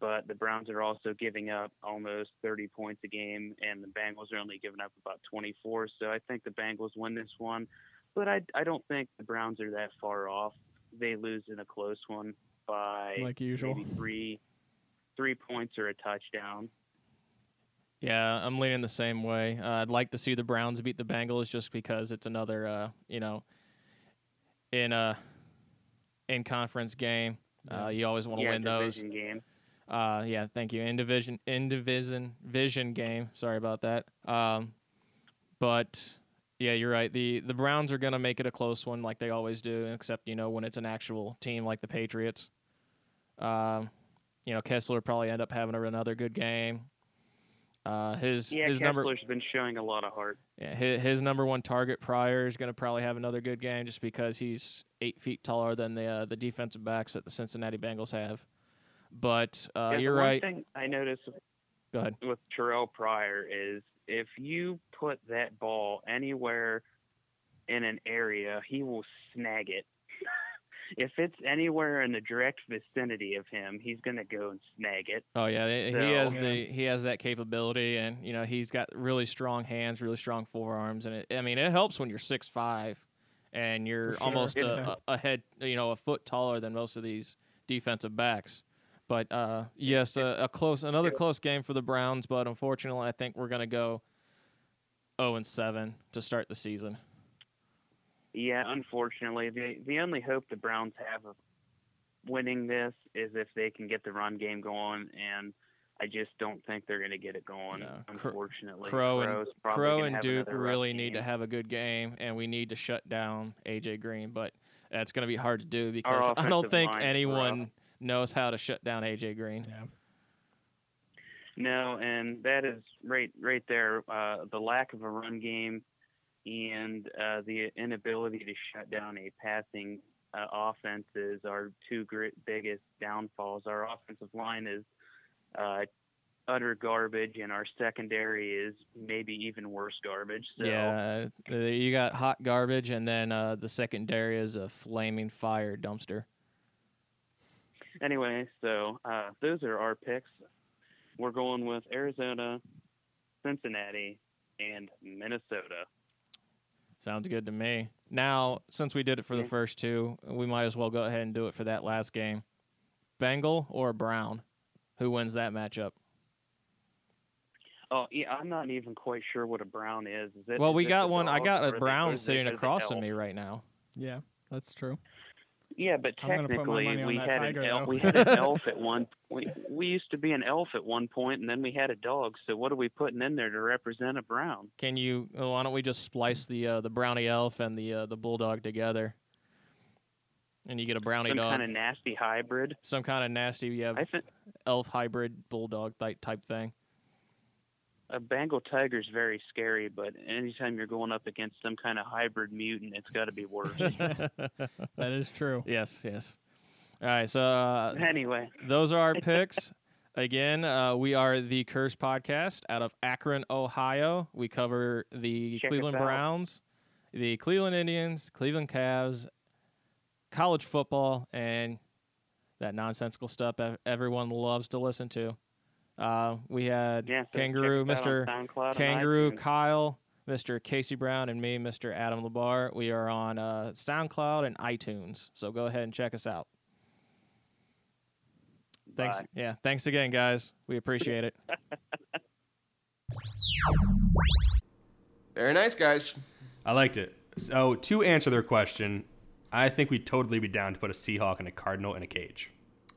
S6: but the Browns are also giving up almost 30 points a game, and the Bengals are only giving up about 24. So I think the Bengals win this one, but I, I don't think the Browns are that far off. They lose in a close one by
S7: Like usual.
S6: maybe three, three points or a touchdown.
S5: Yeah, I'm leaning the same way. Uh, I'd like to see the Browns beat the Bengals just because it's another, uh, you know, in a in conference game. Uh, you always want to
S6: yeah,
S5: win those.
S6: division game.
S5: Uh, yeah, thank you. In division, in division, vision game. Sorry about that. Um, but yeah, you're right. the The Browns are gonna make it a close one, like they always do, except you know when it's an actual team like the Patriots. Um, you know Kessler probably end up having another good game. Uh, his
S6: Yeah,
S5: his
S6: Kessler's
S5: number
S6: been showing a lot of heart.
S5: yeah, his, his number one target prior is going to probably have another good game just because he's eight feet taller than the uh, the defensive backs that the Cincinnati Bengals have. But uh,
S6: Yeah, the
S5: you're
S6: one
S5: right.
S6: Thing I noticed
S5: Go ahead.
S6: with Terrell Pryor is if you put that ball anywhere in an area, he will snag it. if it's anywhere in the direct vicinity of him, he's going to go and snag it.
S5: Oh yeah, he he
S6: So-
S5: has the he has that capability, and you know he's got really strong hands, really strong forearms, and it, I mean it helps when you're six five, and you're
S7: For sure.
S5: almost a,
S7: Yeah.
S5: a, a head, you know, a foot taller than most of these defensive backs. But uh, yes, a, a close another close game for the Browns, but unfortunately, I think we're gonna go zero and seven to start the season.
S6: Yeah, unfortunately, the the only hope the Browns have of winning this is if they can get the run game going, and I just don't think they're going to get it going.
S5: No. Cr-
S6: Unfortunately,
S5: Crow and
S6: Crow's probably
S5: Crow
S6: gonna
S5: and
S6: have
S5: Duke
S6: another rough
S5: really need to
S6: game.
S5: have a good game, and we need to shut down AJ Green. But that's going to be hard to do
S6: Our
S5: because I don't
S6: offensive
S5: think
S6: line's rough.
S5: anyone knows how to shut down AJ Green.
S7: Yeah.
S6: No, and that is right right there. Uh, the lack of a run game and uh, the inability to shut down a passing uh, offense is our two gr biggest downfalls. Our offensive line is uh, utter garbage, and our secondary is maybe even worse garbage. So
S5: Yeah, uh, you got hot garbage, and then uh, the secondary is a flaming fire dumpster.
S6: anyway, so uh, those are our picks. We're going with Arizona, Cincinnati, and Minnesota.
S5: Sounds good to me. Now, since we did it for the
S6: Yeah.
S5: first two, we might as well go ahead and do it for that last game. Bengal or Brown? Who wins that matchup?
S6: Oh, yeah, I'm not even quite sure what a brown is. is it,
S5: Well,
S6: is
S5: we
S6: it
S5: got
S6: the
S5: one. I
S6: dog
S5: got
S6: or
S5: a
S6: are they- or
S5: Brown
S6: is it-
S5: sitting
S6: is it
S5: across
S6: elk?
S5: from me right now.
S7: Yeah. That's true.
S6: Yeah, but
S7: I'm gonna put my
S6: technically we
S7: money on that
S6: had
S7: tiger,
S6: an
S7: though.
S6: elf. we had an elf at one. We we used to be an elf at one point, and then we had a dog. So what are we putting in there to represent a brown?
S5: Can you? oh, uh, Why don't we just splice the uh, the brownie elf and the uh, the bulldog together? and you get a brownie
S6: Some
S5: dog,
S6: kind of nasty hybrid.
S5: some kind of nasty yeah,
S6: I think
S5: elf hybrid bulldog type type thing.
S6: a Bengal tiger's very scary, but anytime you're going up against some kind of hybrid mutant, it's got to be worse.
S7: That is true.
S5: Yes, yes. All right, so uh,
S6: anyway,
S5: those are our picks. Again, uh, we are the Curse Podcast out of Akron, Ohio. We cover the
S6: Check us
S5: Cleveland
S6: out.
S5: Browns, the Cleveland Indians, Cleveland Cavs, college football, and that nonsensical stuff ev- everyone loves to listen to. Uh, we had
S6: yeah. so check
S5: Kangaroo,
S6: us out on
S5: Mr.
S6: SoundCloud, on
S5: Kangaroo,
S6: iTunes.
S5: Kyle, Mr. Casey Brown, and me, Mr. Adam Labar. We are on uh, SoundCloud and iTunes, so go ahead and check us out. Thanks.
S6: Bye.
S5: Yeah. Thanks again, guys. We appreciate it.
S1: Very nice, guys.
S4: I liked it. So to answer their question, I think we'd totally be down to put a Seahawk and a Cardinal in a cage.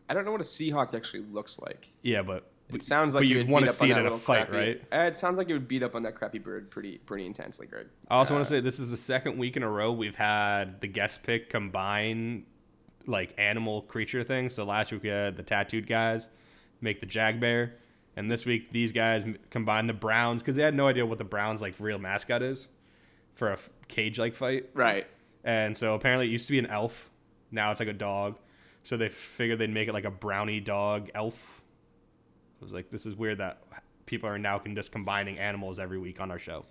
S1: I don't know what a Seahawk actually looks like.
S4: Yeah, but
S1: It sounds like
S4: but
S1: you
S4: you'd
S1: would
S4: wanna
S1: beat up on
S4: see it
S1: that
S4: in a
S1: little
S4: fight,
S1: crappy-
S4: right?
S1: Uh, it sounds like you would beat up on that crappy bird pretty pretty intensely, Greg.
S4: I also
S1: uh,
S4: want to say this is the second week in a row we've had the guest pick combine like animal creature thing. So last week we had the tattooed guys make the jag bear, and this week these guys m- combined the Browns because they had no idea what the Browns like real mascot is for a cage like fight.
S1: Right.
S4: And so apparently it used to be an elf. Now it's like a dog. So they figured they'd make it like a brownie dog elf. I was like, this is weird that people are now can just combining animals every week on our show.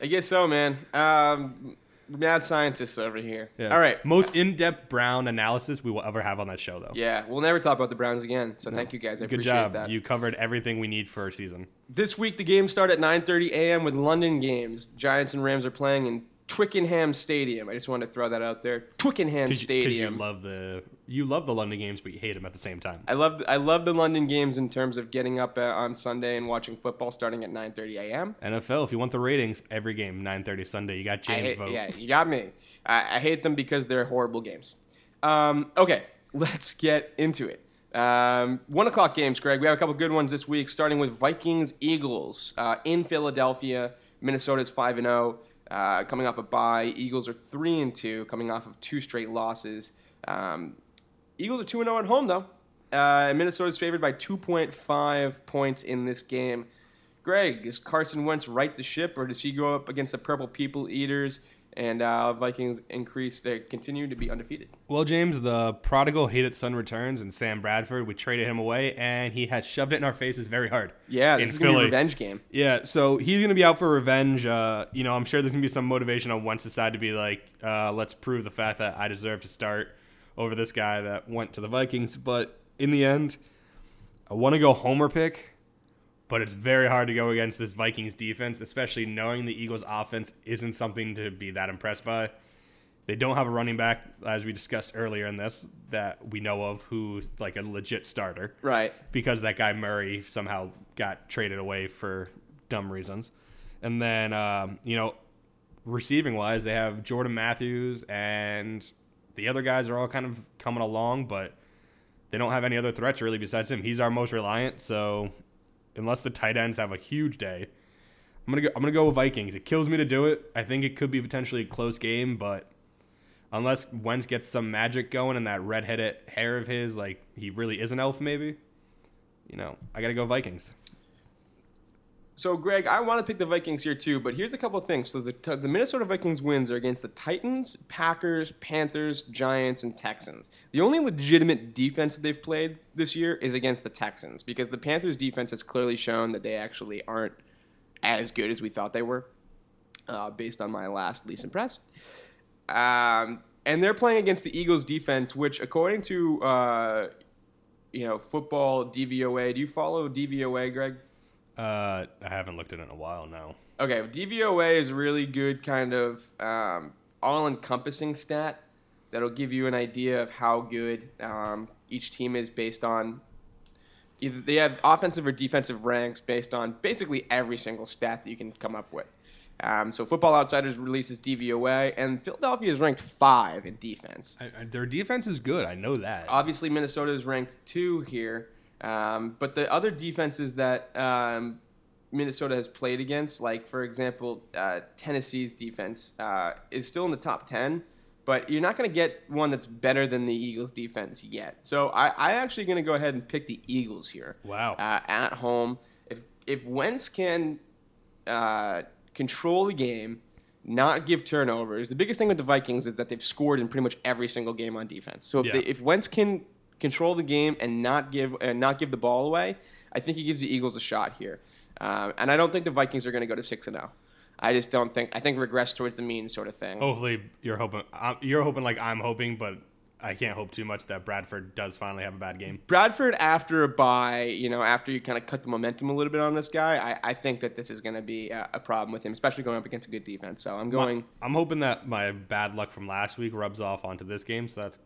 S1: I guess so, man. Um, mad scientists over here. All right.
S4: Most in depth brown analysis we will ever have on that show, though.
S1: Yeah, we'll never talk about the Browns again. So thank you guys. I
S4: Good
S1: appreciate
S4: job.
S1: that.
S4: You covered everything we need for a season.
S1: This week the games start at 9:30 a.m. with London games. Giants and Rams are playing in Twickenham Stadium. I just wanted to throw that out there. Twickenham
S4: Because you,
S1: Stadium.
S4: love the you love the London games, but you hate them at the same time.
S1: I love I love the London games in terms of getting up uh, on Sunday and watching football starting at 9:30 a.m.
S4: NFL, if you want the ratings, every game nine thirty Sunday. You got
S1: I
S4: James
S1: hate-
S4: vote.
S1: Yeah, you got me. I, I hate them because they're horrible games. Um, okay, let's get into it. Um, one o'clock games, Greg. We have a couple good ones this week, starting with Vikings Eagles uh, in Philadelphia. Minnesota's five and zero, coming off a bye. Eagles are three and two, coming off of two straight losses. Um, Eagles are 2 0 at home, though. Uh, and Minnesota's favored by 2.5 points in this game. Greg, is Carson Wentz right the ship, or does he go up against the Purple People Eaters and uh, Vikings increase? They continue to be undefeated.
S4: Well, James, the prodigal hated son returns, and Sam Bradford, we traded him away, and he has shoved it in our faces very hard.
S1: Yeah,
S4: in
S1: this is going to be a revenge game.
S4: Yeah, so he's going to be out for revenge. Uh, you know, I'm sure there's going to be some motivation on Wentz's side to be like, uh, let's prove the fact that I deserve to start over this guy that went to the Vikings. But in the end, I want to go homer pick, but it's very hard to go against this Vikings defense, especially knowing the Eagles' offense isn't something to be that impressed by. They don't have a running back, as we discussed earlier in this, that we know of who's like a legit starter
S1: Right.
S4: because that guy Murray somehow got traded away for dumb reasons. And then, um, you know, receiving wise, they have Jordan Matthews and the other guys are all kind of coming along, but they don't have any other threats really besides him. He's our most reliant, so unless the tight ends have a huge day, I'm gonna go. I'm gonna go with Vikings. It kills me to do it. I think it could be potentially a close game, but unless Wentz gets some magic going and that redheaded hair of his, like he really is an elf, maybe you know, I got to go Vikings.
S1: So, Greg, I want to pick the Vikings here too, but here's a couple of things. So, the, the Minnesota Vikings wins are against the Titans, Packers, Panthers, Giants, and Texans. The only legitimate defense that they've played this year is against the Texans because the Panthers' defense has clearly shown that they actually aren't as good as we thought they were, uh, based on my last Lease and Press. Um, and they're playing against the Eagles' defense, which, according to uh, you know football DVOA, do you follow DVOA, Greg?
S4: Uh, I haven't looked at it in a while now.
S1: Okay, DVOA is a really good kind of um, all-encompassing stat that'll give you an idea of how good um, each team is based on either they have offensive or defensive ranks based on basically every single stat that you can come up with. Um, so Football Outsiders releases DVOA, and Philadelphia is ranked five in defense.
S4: their defense is good. I know that.
S1: Obviously, Minnesota is ranked two here, um, but the other defenses that um, Minnesota has played against, like for example, uh, Tennessee's defense, uh, is still in the top ten, but you're not going to get one that's better than the Eagles defense yet. So I, I actually going to go ahead and pick the Eagles here.
S4: Wow.
S1: Uh, at home, if if Wentz can uh, control the game, not give turnovers, the biggest thing with the Vikings is that they've scored in pretty much every single game on defense. So if
S4: Yeah.
S1: they, if Wentz can control the game and not give and not give the ball away, I think he gives the Eagles a shot here. Um, and I don't think the Vikings are going to go to six and zero. I just don't think. I think regress towards the mean sort of thing.
S4: Hopefully, you're hoping I'm you're hoping like I'm hoping, but I can't hope too much that Bradford does finally have a bad game.
S1: Bradford after a bye, you know, after you kind of cut the momentum a little bit on this guy, I, I think that this is going to be a, a problem with him, especially going up against a good defense. So I'm going.
S4: I'm hoping that my bad luck from last week rubs off onto this game. So that's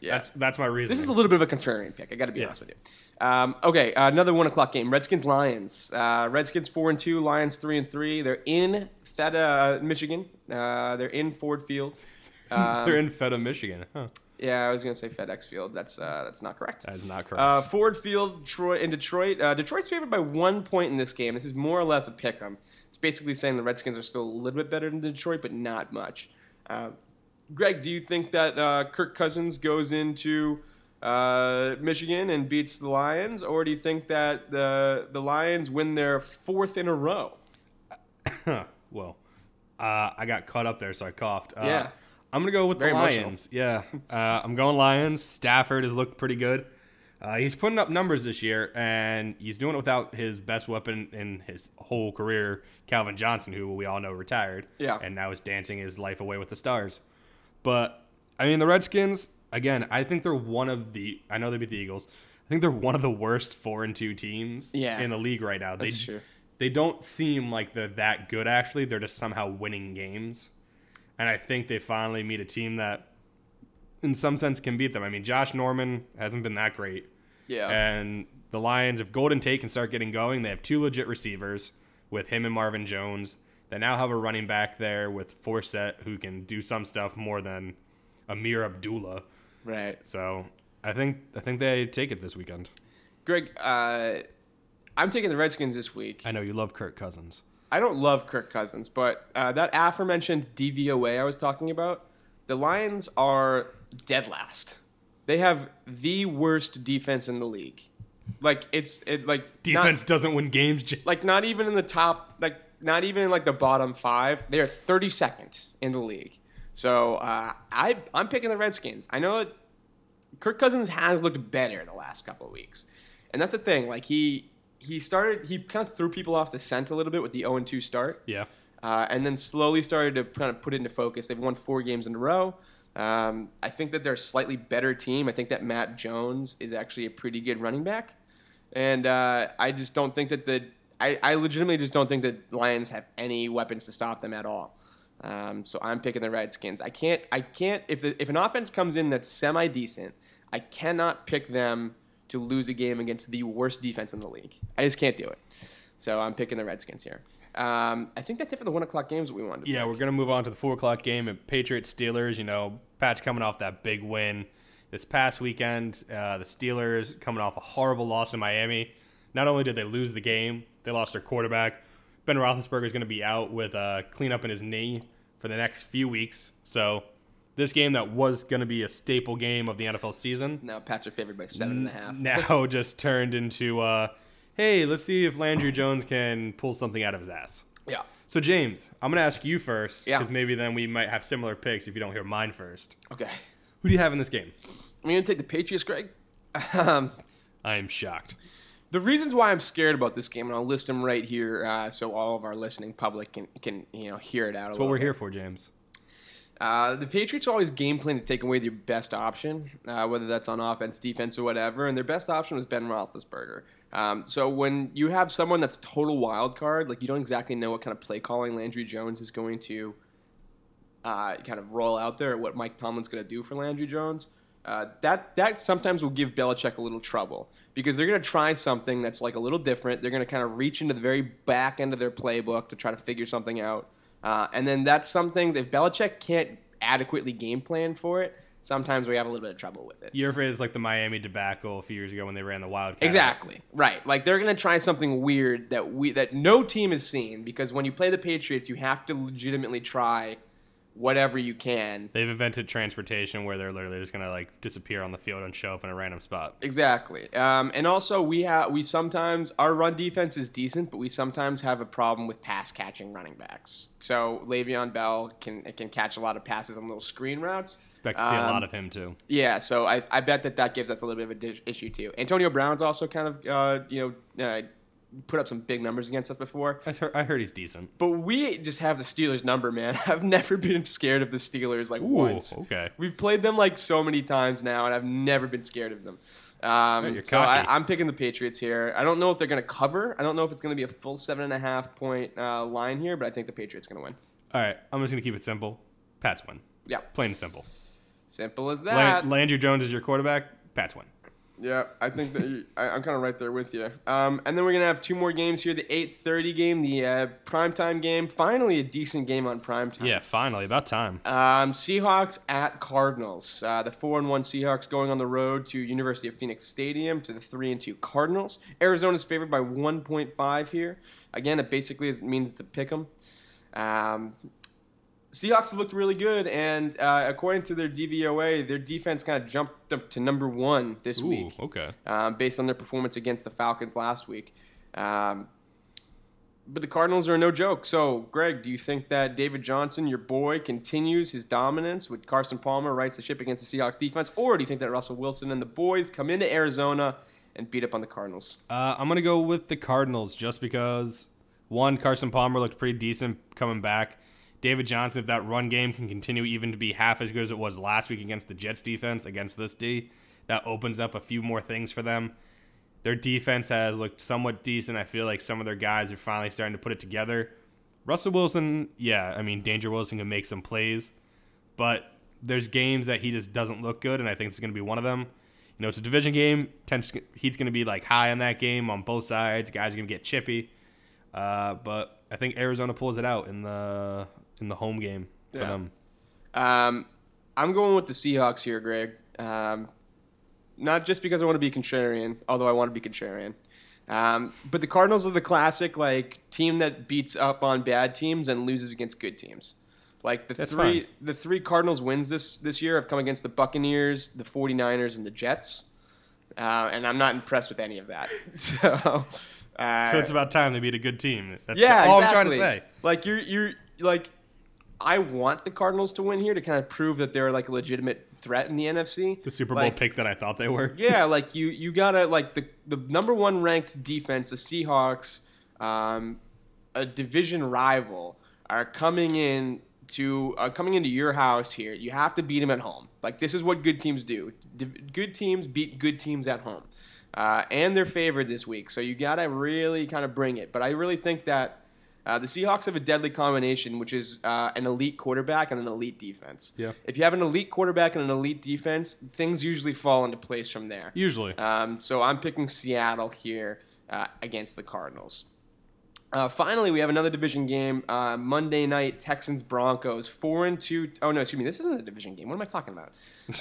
S1: yeah.
S4: that's that's my reason.
S1: this is a little bit of a contrarian pick. I got to be
S4: Yeah.
S1: honest with you. Um, okay, uh, another one o'clock game. Redskins Lions. Uh, Redskins four and two. Lions three and three. They're in Theta, Michigan. Uh, they're in Ford Field. Um,
S4: they're in Feta, Michigan. Huh.
S1: Yeah, I was gonna say FedEx Field. That's uh, that's not correct.
S4: That is not correct.
S1: Uh, Ford Field, Troy in Detroit. Uh, Detroit's favored by one point in this game. This is more or less a pick 'em. It's basically saying the Redskins are still a little bit better than Detroit, but not much. Uh, Greg, do you think that uh, Kirk Cousins goes into uh, Michigan and beats the Lions, or do you think that the the Lions win their fourth in a row?
S4: Huh. Well, uh, I got caught up there, so I coughed. Uh,
S1: Yeah.
S4: I'm gonna go with
S1: Very
S4: the
S1: emotional.
S4: Lions. Yeah, uh, I'm going Lions. Stafford has looked pretty good. Uh, he's putting up numbers this year, and he's doing it without his best weapon in his whole career, Calvin Johnson, who we all know retired.
S1: Yeah.
S4: and now is dancing his life away with the stars. But I mean, the Redskins again. I think they're one of the. I know they beat the Eagles. I think they're one of the worst four and two teams
S1: Yeah.
S4: in the league right now. They,
S1: That's true.
S4: they don't seem like they're that good actually. They're just somehow winning games. And I think they finally meet a team that in some sense can beat them. I mean, Josh Norman hasn't been that great.
S1: Yeah.
S4: And the Lions, if Golden Tate can start getting going, they have two legit receivers with him and Marvin Jones. They now have a running back there with Forsett who can do some stuff more than Amir Abdullah.
S1: Right.
S4: So I think I think they take it this weekend.
S1: Greg, uh, I'm taking the Redskins this week.
S4: I know you love Kirk Cousins.
S1: I don't love Kirk Cousins, but uh, that aforementioned DVOA I was talking about, the Lions are dead last. They have the worst defense in the league. Like it's it like not-
S4: Defense doesn't win games. Jay.
S1: like not even in the top, like not even in like the bottom five. They are 32nd in the league. So uh, I I'm picking the Redskins. I know that Kirk Cousins has looked better the last couple of weeks, and that's the thing. Like he he started he kind of threw people off the scent a little bit with the 0 2 start.
S4: Yeah.
S1: Uh, and then slowly started to kind of put it into focus. They've won four games in a row. Um, I think that they're a slightly better team. I think that Matt Jones is actually a pretty good running back, and uh, I just don't think that the I, I legitimately just don't think that Lions have any weapons to stop them at all. Um, so I'm picking the Redskins. I can't I can't if the, if an offense comes in that's semi decent, I cannot pick them to lose a game against the worst defense in the league. I just can't do it. So I'm picking the Redskins here. Um, I think that's it for the one o'clock games that we wanted. To
S4: Yeah,
S1: pick.
S4: we're gonna move on to the four o'clock game at Patriots Steelers. You know, Pat's coming off that big win this past weekend. Uh, the Steelers coming off a horrible loss in Miami. Not only did they lose the game, they lost their quarterback. Ben Roethlisberger is gonna be out with a cleanup in his knee for the next few weeks. So, this game that was gonna be a staple game of the NFL season
S1: now Pats are favored by seven and a half.
S4: now just turned into, uh, hey, let's see if Landry Jones can pull something out of his ass.
S1: Yeah.
S4: So James, I'm gonna ask you first,
S1: Yeah.
S4: because maybe then we might have similar picks if you don't hear mine first.
S1: Okay.
S4: Who do you have in this game?
S1: I'm gonna take the Patriots, Greg. Um,
S4: I am shocked.
S1: the reasons why I'm scared about this game, and I'll list them right here, uh, so all of our listening public can can you know hear it out.
S4: That's what we're here for, James.
S1: Uh, the Patriots always game plan to take away your best option, uh, whether that's on offense, defense, or whatever. And their best option was Ben Roethlisberger. Um, so when you have someone that's total wild card, like you don't exactly know what kind of play calling Landry Jones is going to uh, kind of roll out there, what Mike Tomlin's going to do for Landry Jones. Uh, that that sometimes will give Belichick a little trouble because they're going to try something that's like a little different. They're going to kind of reach into the very back end of their playbook to try to figure something out, uh, and then that's something if Belichick can't adequately game plan for it, sometimes we have a little bit of trouble with it.
S4: You're afraid it's like the Miami debacle a few years ago when they ran the Wildcat.
S1: Exactly. Right. Like they're gonna try something weird that we that no team has seen because when you play the Patriots, you have to legitimately try whatever you can.
S4: They've invented transportation where they're literally just gonna like disappear on the field and show up in a random spot.
S1: Exactly. Um, and also, we have we sometimes our run defense is decent, but we sometimes have a problem with pass catching running backs. So Le'Veon Bell can can catch a lot of passes on little screen routes.
S4: Expect to see
S1: Um,
S4: a lot of him too.
S1: Yeah, so I, I bet that that gives us a little bit of a dish, issue too. Antonio Brown's also kind of uh, you know uh, put up some big numbers against us before.
S4: I heard, I heard he's decent.
S1: But we just have the Steelers number, man. I've never been scared of the Steelers like once.
S4: okay.
S1: We've played them like so many times now, and I've never been scared of them. Um,
S4: you're
S1: so I,
S4: cocky.
S1: I'm picking the Patriots here. I don't know if they're going to cover. I don't know if it's going to be a full seven and a half point uh, line here, but I think the Patriots going to win.
S4: All right, I'm just gonna keep it simple. Pats win.
S1: Yeah,
S4: Plain and simple.
S1: simple as
S4: Lan-
S1: that.
S4: Landry Jones is your quarterback. Pats win.
S1: Yeah, I think that you, I, I'm kind of right there with you. Um, and then we're gonna have two more games here: the 8:30 game, the uh, primetime game. Finally, a decent game on primetime.
S4: Yeah, finally, about time.
S1: Um, Seahawks at Cardinals. Uh, the four and one Seahawks going on the road to University of Phoenix Stadium to the three and two Cardinals. Arizona's favored by 1.5 here. Again, it basically is, means it's a pick 'em. Um, Seahawks have looked really good, and uh, according to their DVOA, their defense kind of jumped up to number one this
S4: Ooh,
S1: week
S4: okay.
S1: um, based on their performance against the Falcons last week. Um, but the Cardinals are no joke. So, Greg, do you think that David Johnson, your boy, continues his dominance with Carson Palmer rights the ship against the Seahawks defense, or do you think that Russell Wilson and the boys come into Arizona and beat up on the Cardinals?
S4: Uh, I'm gonna go with the Cardinals just because one Carson Palmer looked pretty decent coming back. David Johnson, if that run game can continue even to be half as good as it was last week against the Jets defense against this D, that opens up a few more things for them. Their defense has looked somewhat decent. I feel like some of their guys are finally starting to put it together. Russell Wilson, yeah, I mean Danger Wilson can make some plays, but there's games that he just doesn't look good, and I think it's going to be one of them. You know, it's a division game. Tension, heat's going to be like high on that game on both sides. Guys are going to get chippy, uh, but I think Arizona pulls it out in the in the home game for
S1: Yeah.
S4: them.
S1: Um, I'm going with the Seahawks here, Greg. Um, not just because I want to be contrarian, although I want to be contrarian. Um, but the Cardinals are the classic like team that beats up on bad teams and loses against good teams. Like the
S4: That's
S1: three
S4: fine.
S1: the three Cardinals wins this this year have come against the Buccaneers, the 49ers and the Jets. Uh, and I'm not impressed with any of that. So uh,
S4: So it's about time they beat a good team. That's
S1: yeah,
S4: all
S1: exactly.
S4: I'm trying to say.
S1: Like you're you're like I want the Cardinals to win here to kind of prove that they're like a legitimate threat in the NFC.
S4: The Super Bowl
S1: Like,
S4: pick that I thought they were.
S1: Yeah, like you you gotta like the the number one ranked defense, the Seahawks, um, a division rival, are coming in to uh, coming into your house here. You have to beat them at home. Like this is what good teams do. D- good teams beat good teams at home, uh, and they're favored this week. So you gotta really kind of bring it. But I really think that. Uh, the Seahawks have a deadly combination, which is uh, an elite quarterback and an elite defense.
S4: Yeah.
S1: If you have an elite quarterback and an elite defense, things usually fall into place from there.
S4: Usually,
S1: Um, so I'm picking Seattle here uh, against the Cardinals. Uh, finally, we have another division game uh, Monday night. Texans Broncos four and two oh no, excuse me. This isn't a division game. What am I talking about?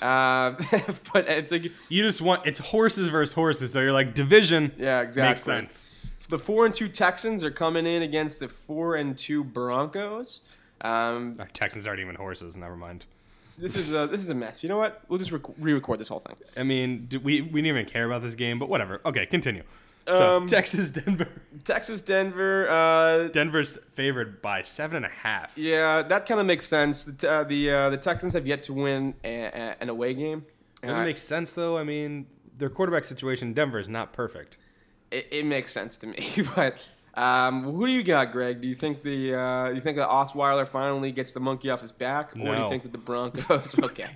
S1: Uh, but it's like
S4: you just want it's horses versus horses. So you're like division.
S1: yeah, exactly.
S4: Makes sense.
S1: The four and two Texans are coming in against the four and two Broncos. Um,
S4: Our Texans aren't even horses. Never mind.
S1: this is a this is a mess. You know what? We'll just rec- re-record this whole thing.
S4: I mean, do we we didn't even care about this game, but whatever. Okay, continue. So,
S1: Um,
S4: Texas, Denver.
S1: Texas Denver. Uh,
S4: Denver's favored by seven and a half.
S1: Yeah, that kind of makes sense. The uh, the, uh, the Texans have yet to win a, a, an away game.
S4: Doesn't
S1: Uh,
S4: make sense though. I mean, their quarterback situation in Denver is not perfect.
S1: it, it makes sense to me. but um, who do you got, Greg? Do you think the uh, you think that Osweiler finally gets the monkey off his back, or do you
S4: No.
S1: think that the Broncos? okay,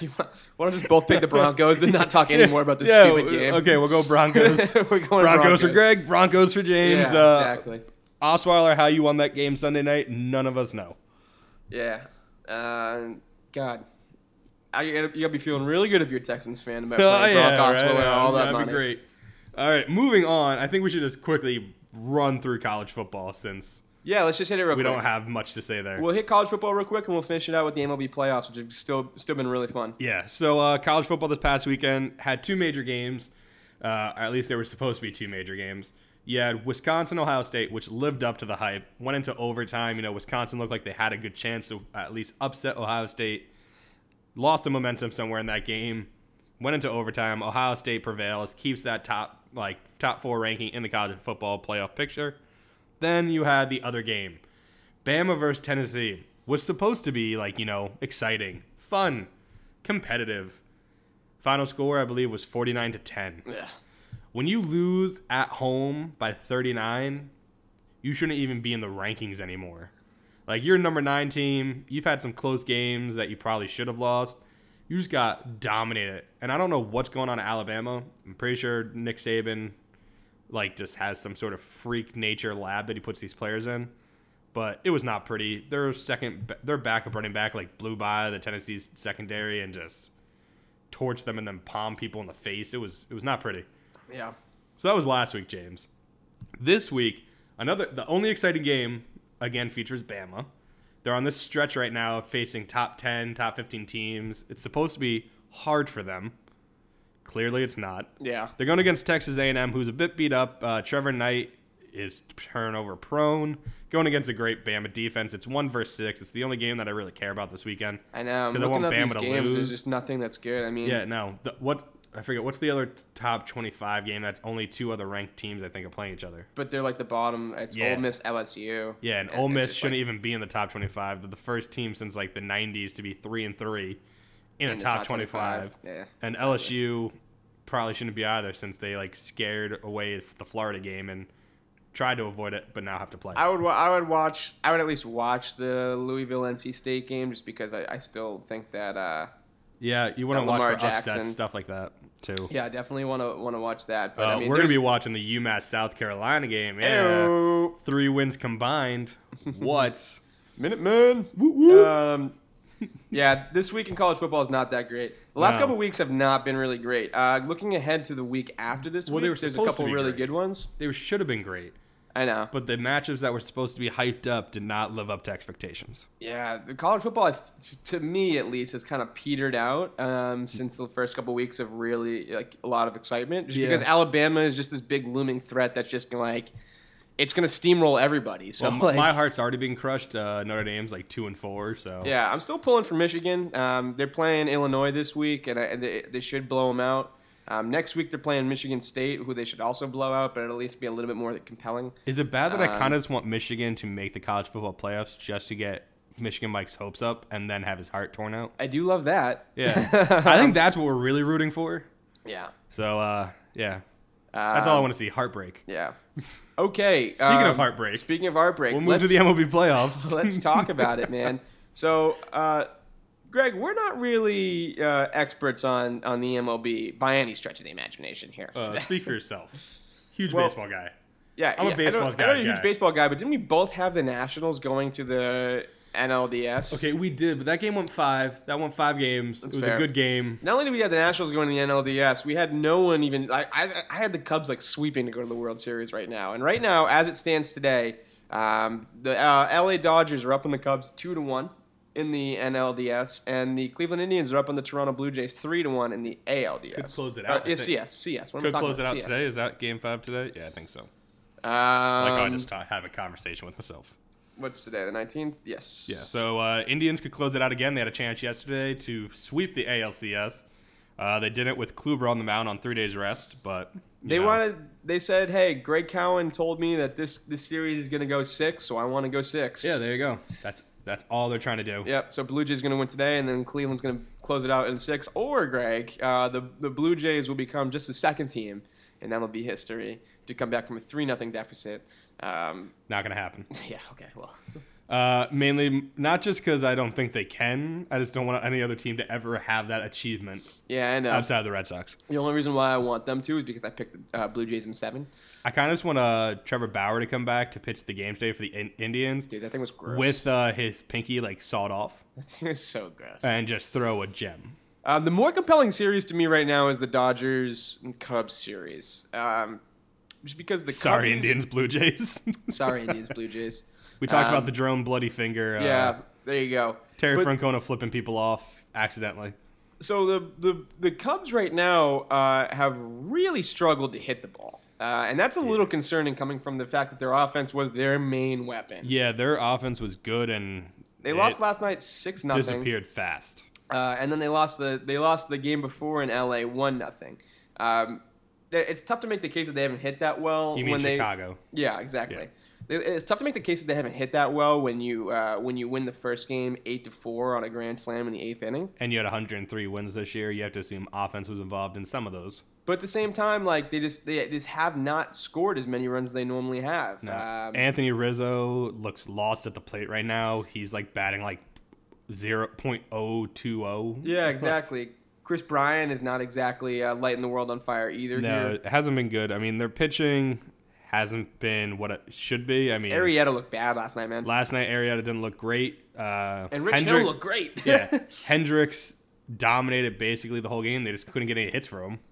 S1: you want, why don't we just both pick the Broncos and not talk anymore about this stupid game?
S4: Okay, we'll go Broncos.
S1: We're going Broncos.
S4: for Greg. Broncos for
S1: Yeah,
S4: James. uh,
S1: exactly.
S4: Osweiler, how you won that game Sunday night? None of us know.
S1: Yeah. Uh, God. I, you gotta you gotta be feeling really good if you're a Texans fan about
S4: Oh,
S1: playing Brock Osweiler and all that
S4: that'd
S1: money.
S4: be great. All right, moving on. I think we should just quickly run through college football since
S1: Yeah, let's just hit it real
S4: we
S1: quick.
S4: don't have much to say there.
S1: We'll hit college football real quick, and we'll finish it out with the MLB playoffs, which have still still been really fun.
S4: Yeah. So uh, college football this past weekend had two major games. Uh, at least there were supposed to be two major games. You had Wisconsin, Ohio State, which lived up to the hype, went into overtime. You know, Wisconsin looked like they had a good chance to at least upset Ohio State, lost the momentum somewhere in that game, went into overtime. Ohio State prevails, keeps that top like top four ranking in the college football playoff picture. Then you had the other game, Bama versus Tennessee was supposed to be like you know exciting, fun, competitive. Final score I believe was forty nine to ten.
S1: Ugh.
S4: When you lose at home by thirty nine, you shouldn't even be in the rankings anymore. Like you're a number nine team. You've had some close games that you probably should have lost. You just got dominated, and I don't know what's going on at Alabama. I'm pretty sure Nick Saban, like, just has some sort of freak nature lab that he puts these players in but it was not pretty. Their second, their backup running back like blew by the Tennessee's secondary and just torched them and then palm people in the face. It was it was not pretty.
S1: Yeah.
S4: So that was last week, James. This week, another the only exciting game again features Bama. They're on this stretch right now facing top 10, top 15 teams. It's supposed to be hard for them. Clearly it's not.
S1: Yeah.
S4: They're going against Texas A&M, who's a bit beat up. Uh, Trevor Knight is turnover prone. Going against a great Bama defense. It's one versus six. It's the only game that I really care about this weekend.
S1: I know. I'm
S4: 'Cause I
S1: um, looking
S4: want
S1: at
S4: Bama
S1: these
S4: to
S1: games. There's
S4: lose.
S1: just nothing that's good. I mean,
S4: Yeah, no. The, what I forget. What's the other t- top twenty-five game that only two other ranked teams I think are playing each other?
S1: but they're like the bottom. It's
S4: Yeah.
S1: Ole Miss, LSU.
S4: Yeah, and,
S1: it's
S4: Ole Miss
S1: just,
S4: shouldn't
S1: like,
S4: even be in the top twenty-five. They're the first team since like the '90s to be three and three
S1: in
S4: in, the
S1: the
S4: top,
S1: top
S4: twenty-five.
S1: 25. Yeah,
S4: and LSU probably shouldn't be either since they like scared away the Florida game and tried to avoid it, but now have to play.
S1: I would. wa- I would watch. I would at least watch the Louisville, NC State game, just because I, I still think that. Uh,
S4: yeah, you want to
S1: and
S4: watch
S1: Lamar
S4: for upsets,
S1: Jackson.
S4: stuff like that too.
S1: yeah, I definitely want to want to watch that. But
S4: Uh,
S1: I mean,
S4: we're gonna
S1: there's-
S4: be watching the UMass South Carolina game. Yeah,
S1: Ew.
S4: three wins combined. what?
S1: Minutemen. Um, yeah, this week in college football is not that great. The last
S4: No.
S1: couple weeks have not been really great. Uh, looking ahead to the week after this
S4: Well,
S1: week,
S4: they were
S1: there's a
S4: supposed to
S1: couple
S4: be
S1: really
S4: great.
S1: good ones.
S4: They should have been great,
S1: I know.
S4: but the matchups that were supposed to be hyped up did not live up to expectations.
S1: Yeah, the college football, I f- to me at least, has kind of petered out um, since the first couple weeks of really like a lot of excitement, just
S4: Yeah.
S1: because Alabama is just this big looming threat that's just gonna, like it's going to steamroll everybody. So
S4: Well, m-
S1: like,
S4: my heart's already been crushed. Uh, Notre Dame's like two and four, so
S1: Yeah, I'm still pulling for Michigan. Um, they're playing Illinois this week, and, I, and they, they should blow them out. Um, next week they're playing Michigan State, who they should also blow out, but it'll at least be a little bit more compelling.
S4: Is it bad that
S1: Um,
S4: I kind of just want Michigan to make the college football playoffs just to get Michigan Mike's hopes up and then have his heart torn out?
S1: I do love that.
S4: Yeah, I think that's what we're really rooting for.
S1: Yeah. Um,
S4: So uh, yeah, that's all I want to see. Heartbreak.
S1: Yeah. Okay. Speaking
S4: of heartbreak.
S1: Speaking of heartbreak,
S4: We'll move to
S1: let's-
S4: the MLB playoffs.
S1: let's talk about it, man. So, uh, Greg, we're not really uh, experts on on the MLB by any stretch of the imagination here.
S4: Uh, speak for yourself. Huge
S1: Well-
S4: baseball guy.
S1: yeah,
S4: I'm
S1: yeah, I
S4: a
S1: know-
S4: baseball
S1: I know
S4: guy-
S1: you're a
S4: guy.
S1: huge baseball guy, but didn't we both have the Nationals going to the NLDS?
S4: Okay, we did, but that game went five. That went five games.
S1: That's
S4: it was
S1: fair.
S4: a good game.
S1: Not only did we have the Nationals going to the NLDS, we had no one even. I, I, I had the Cubs like sweeping to go to the World Series right now. And right now, as it stands today, um, the uh, LA Dodgers are up on the Cubs two to one in the NLDS, and the Cleveland Indians are up on the Toronto Blue Jays three to one in the ALDS.
S4: Could close it
S1: Uh,
S4: out, I
S1: it's
S4: think.
S1: CS, CS. What am I
S4: Could
S1: talking
S4: close it
S1: about?
S4: out
S1: CS.
S4: today. Is that game five today? Yeah, I think so. Like how I
S1: Um,
S4: just ta- have a conversation with myself.
S1: what's today? The nineteenth. Yes.
S4: Yeah, so uh, Indians could close it out again. They had a chance yesterday to sweep the ALCS. Uh, they did it with Kluber on the mound on three days rest, but you
S1: They
S4: know,
S1: wanted. They said, "Hey, Greg Cowan told me that this this series is going to go six, so I want to go six.
S4: Yeah, there you go. That's that's all they're trying to do.
S1: Yep. So Blue Jays going to win today, and then Cleveland's going to close it out in six. Or Greg, uh, the the Blue Jays will become just the second team in MLB history to come back from a three nothing deficit. Um,
S4: Not gonna happen.
S1: yeah. Okay. Well.
S4: Uh, mainly not just because I don't think they can. I just don't want any other team to ever have that achievement
S1: Yeah, I know.
S4: outside of the Red Sox.
S1: The only reason why I want them to is because I picked the uh, Blue Jays in seven.
S4: I kind of just want uh, Trevor Bauer to come back to pitch the game today for the in- Indians
S1: Dude, that thing was gross.
S4: with uh, his pinky like sawed off
S1: that thing was so gross.
S4: and just throw a gem.
S1: Um, the more compelling series to me right now is the Dodgers and Cubs series. Um, just because the
S4: Sorry,
S1: Cubs,
S4: Indians, Blue Jays.
S1: Sorry, Indians. Blue Jays.
S4: we talked
S1: Um,
S4: about the drone bloody finger. Uh,
S1: Yeah, there you go.
S4: Terry
S1: But-
S4: Francona flipping people off accidentally.
S1: so the the the Cubs right now uh, have really struggled to hit the ball. Uh, and that's a little concerning coming from the fact that their offense was their main weapon.
S4: Yeah, their offense was good and
S1: They
S4: it
S1: lost last night six nothing.
S4: Disappeared fast.
S1: uh, and then they lost the they lost the game before in LA one nothing. Um, th- it's tough to make the case that they haven't hit that well
S4: You mean
S1: when they
S4: Chicago?
S1: yeah exactly.
S4: Yeah.
S1: It- It's tough to make the case that they haven't hit that well when you uh, when you win the first game eight to four on a grand slam in the eighth inning.
S4: And you had 103 wins this year. You have to assume offense was involved in some of those.
S1: But at the same time, like they just they just have not scored as many runs as they normally have. Um,
S4: Anthony Rizzo looks lost at the plate right now. He's like batting like 0.020.
S1: yeah, exactly. Chris Bryan is not exactly uh, lighting the world on fire either.
S4: No,
S1: here.
S4: it hasn't been good. I mean, their pitching hasn't been what it should be. I mean,
S1: Arietta looked bad last night, man.
S4: last night Arietta didn't look great. Uh,
S1: and Rich
S4: Hendrick-
S1: Hill looked great.
S4: yeah, Hendricks dominated basically the whole game. They just couldn't get any hits from him.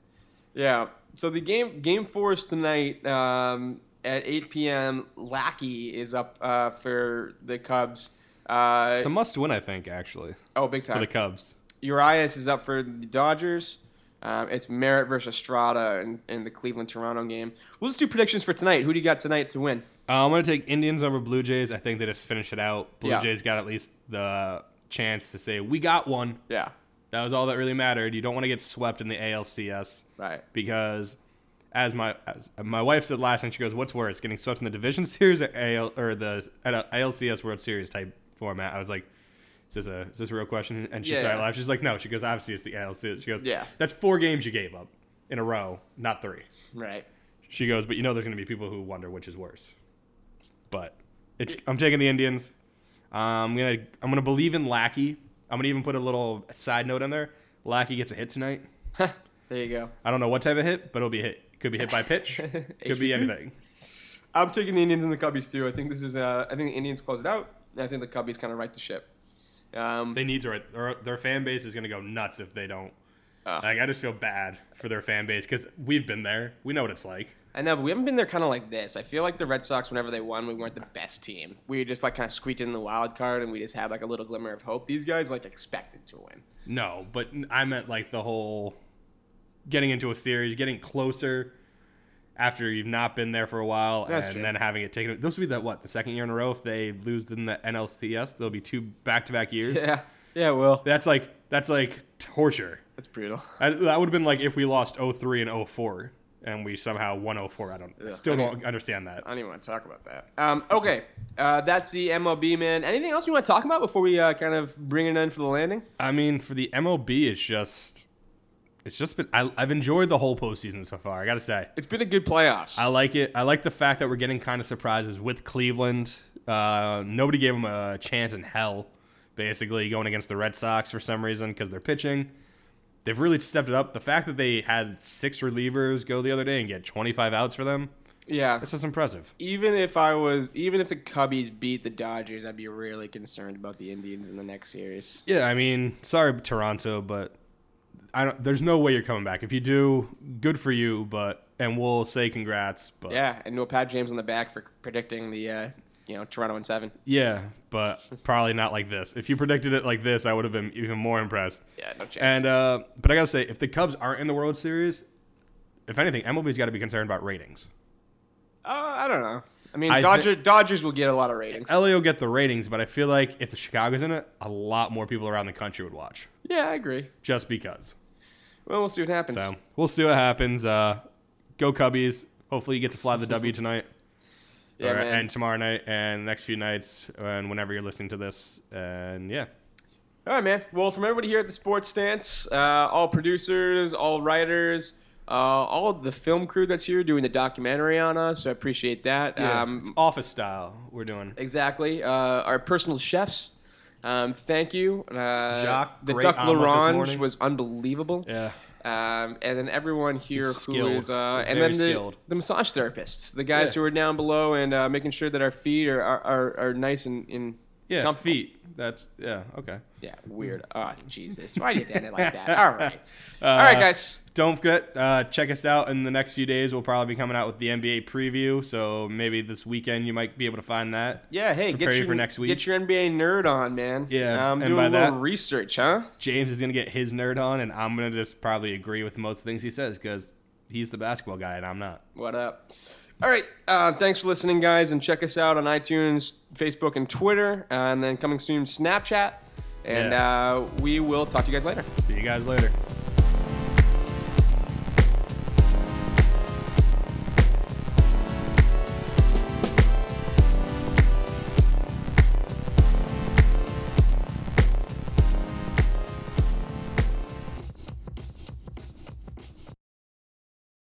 S1: Yeah. So the game game four is tonight um, at 8 p.m. Lackey is up uh, for the Cubs. Uh,
S4: It's a must win, I think, actually,
S1: oh, big
S4: for
S1: time.
S4: the Cubs.
S1: Urias is up for the Dodgers. Um, it's Merritt versus Estrada in, in the Cleveland Toronto game. We'll just do predictions for tonight. Who do you got tonight to win?
S4: Uh, I'm going to take Indians over Blue Jays. I think they just finish it out. Blue
S1: Yeah.
S4: Jays got at least the chance to say, we got one.
S1: Yeah.
S4: That was all that really mattered. You don't want to get swept in the ALCS.
S1: Right.
S4: Because as my as my wife said last night, she goes, "What's worse, getting swept in the division series or AL or the at a ALCS World Series type format?" I was like, "Is this a is this a real question?" And she
S1: Yeah.
S4: started laughing. She's like, "No." She goes, "Obviously, it's the ALCS." She goes,
S1: Yeah.
S4: that's four games you gave up in a row, not three.
S1: Right.
S4: She goes, "But you know, there's going to be people who wonder which is worse." But it's I'm taking the Indians. I'm gonna I'm gonna believe in Lackey. I'm gonna even put a little side note in there. Lackey gets a hit tonight.
S1: There you go.
S4: I don't know what type of hit, but it'll be a hit. Could be hit by pitch. could be
S1: HBP.
S4: anything.
S1: I'm taking the Indians and the Cubbies too. I think this is. Uh, I think the Indians close it out. and I think the Cubbies kind of right the ship. Um,
S4: They need to. Their, their fan base is gonna go nuts if they don't.
S1: Ah.
S4: Like I just feel bad for their fan base because we've been there. We know what it's like.
S1: I know, but we haven't been there kind of like this. I feel like the Red Sox, whenever they won, we weren't the best team. We just like kind of squeaked in the wild card, and we just had like a little glimmer of hope. These guys like expected to win.
S4: No, but I meant like the whole getting into a series, getting closer after you've not been there for a while,
S1: That's
S4: and
S1: true.
S4: then having it taken. This will be the what the second year in a row if they lose in the NLCS. There'll be two back-to-back years.
S1: Yeah, yeah, well,
S4: That's like that's like torture.
S1: that's brutal.
S4: I, that would have been like if we lost 03 and 04 and we somehow won 04. I don't I
S1: Ugh,
S4: still
S1: I uh,
S4: don't understand that.
S1: I don't even want to talk about that. Um, okay, uh, that's the MLB man. Anything else you want to talk about before we uh, kind of bring it in for the landing?
S4: I mean, for the MLB, it's just it's just been I, I've enjoyed the whole postseason so far. I gotta say,
S1: It's been a good playoffs.
S4: I like it. I like the fact that we're getting kind of surprises with Cleveland. Uh, nobody gave them a chance in hell, basically going against the Red Sox for some reason because they're pitching. They've really stepped it up. The fact that they had six relievers go the other day and get 25 outs for them,
S1: yeah,
S4: that's just impressive.
S1: even if I was, even if the Cubbies beat the Dodgers, I'd be really concerned about the Indians in the next series.
S4: Yeah, I mean, sorry Toronto, but I don't. There's no way you're coming back. If you do, good for you. But and we'll say congrats. But
S1: Yeah, and no Pat James on the back for predicting the, uh, you know, Toronto and seven.
S4: yeah, but probably not like this. If you predicted it like this, I would have been even more impressed.
S1: Yeah, no chance.
S4: And uh, but I gotta say, if the Cubs aren't in the World Series, if anything, MLB's got to be concerned about ratings.
S1: Uh, I don't know. I mean,
S4: I
S1: Dodger, Dodgers will get a lot of ratings.
S4: LA will get the ratings, but I feel like if the Chicago's in it, a lot more people around the country would watch
S1: yeah, I agree.
S4: just because.
S1: Well, we'll see what happens.
S4: So we'll see what happens. Uh, go Cubbies! Hopefully you get to fly the W tonight.
S1: yeah,
S4: or-
S1: man.
S4: and tomorrow night and next few nights and whenever you're listening to this and yeah
S1: all right, man. Well, from everybody here at the Sports Stance, uh, all producers, all writers, uh, all of the film crew that's here doing the documentary on us, so I appreciate that.
S4: it's
S1: Um,
S4: office style we're doing
S1: exactly. Uh, our personal chefs. Um, thank you. Uh,
S4: Jacques,
S1: the
S4: great
S1: Duck
S4: omelet this
S1: Larange
S4: morning.
S1: was unbelievable.
S4: yeah
S1: Um, and then everyone here
S4: He's
S1: who is,
S4: skilled.
S1: uh, and then
S4: Very
S1: the,
S4: skilled.
S1: the massage therapists, the guys
S4: Yeah.
S1: who are down below and uh, making sure that our feet are are, are, are nice and, and
S4: yeah
S1: comfortable.
S4: feet that's yeah okay
S1: Yeah, weird.
S4: Mm.
S1: Oh, Jesus. Why did you end it like that? All right. All
S4: Uh,
S1: right, guys.
S4: don't forget uh, check us out in the next few days we'll probably be coming out with the nba preview so maybe this weekend you might be able to find that
S1: Yeah, hey, get
S4: prepare you
S1: your,
S4: for next week.
S1: get your NBA nerd on, man.
S4: Yeah,
S1: I'm
S4: and
S1: doing
S4: by
S1: a little
S4: that-
S1: research, huh?
S4: james is gonna get his nerd on and i'm gonna just probably agree with most things he says because he's the basketball guy and I'm not.
S1: What up? All right. Uh, thanks for listening, guys, and check us out on iTunes, Facebook, and Twitter, and then coming soon, Snapchat. And uh, we will talk to you guys later.
S4: See you guys later.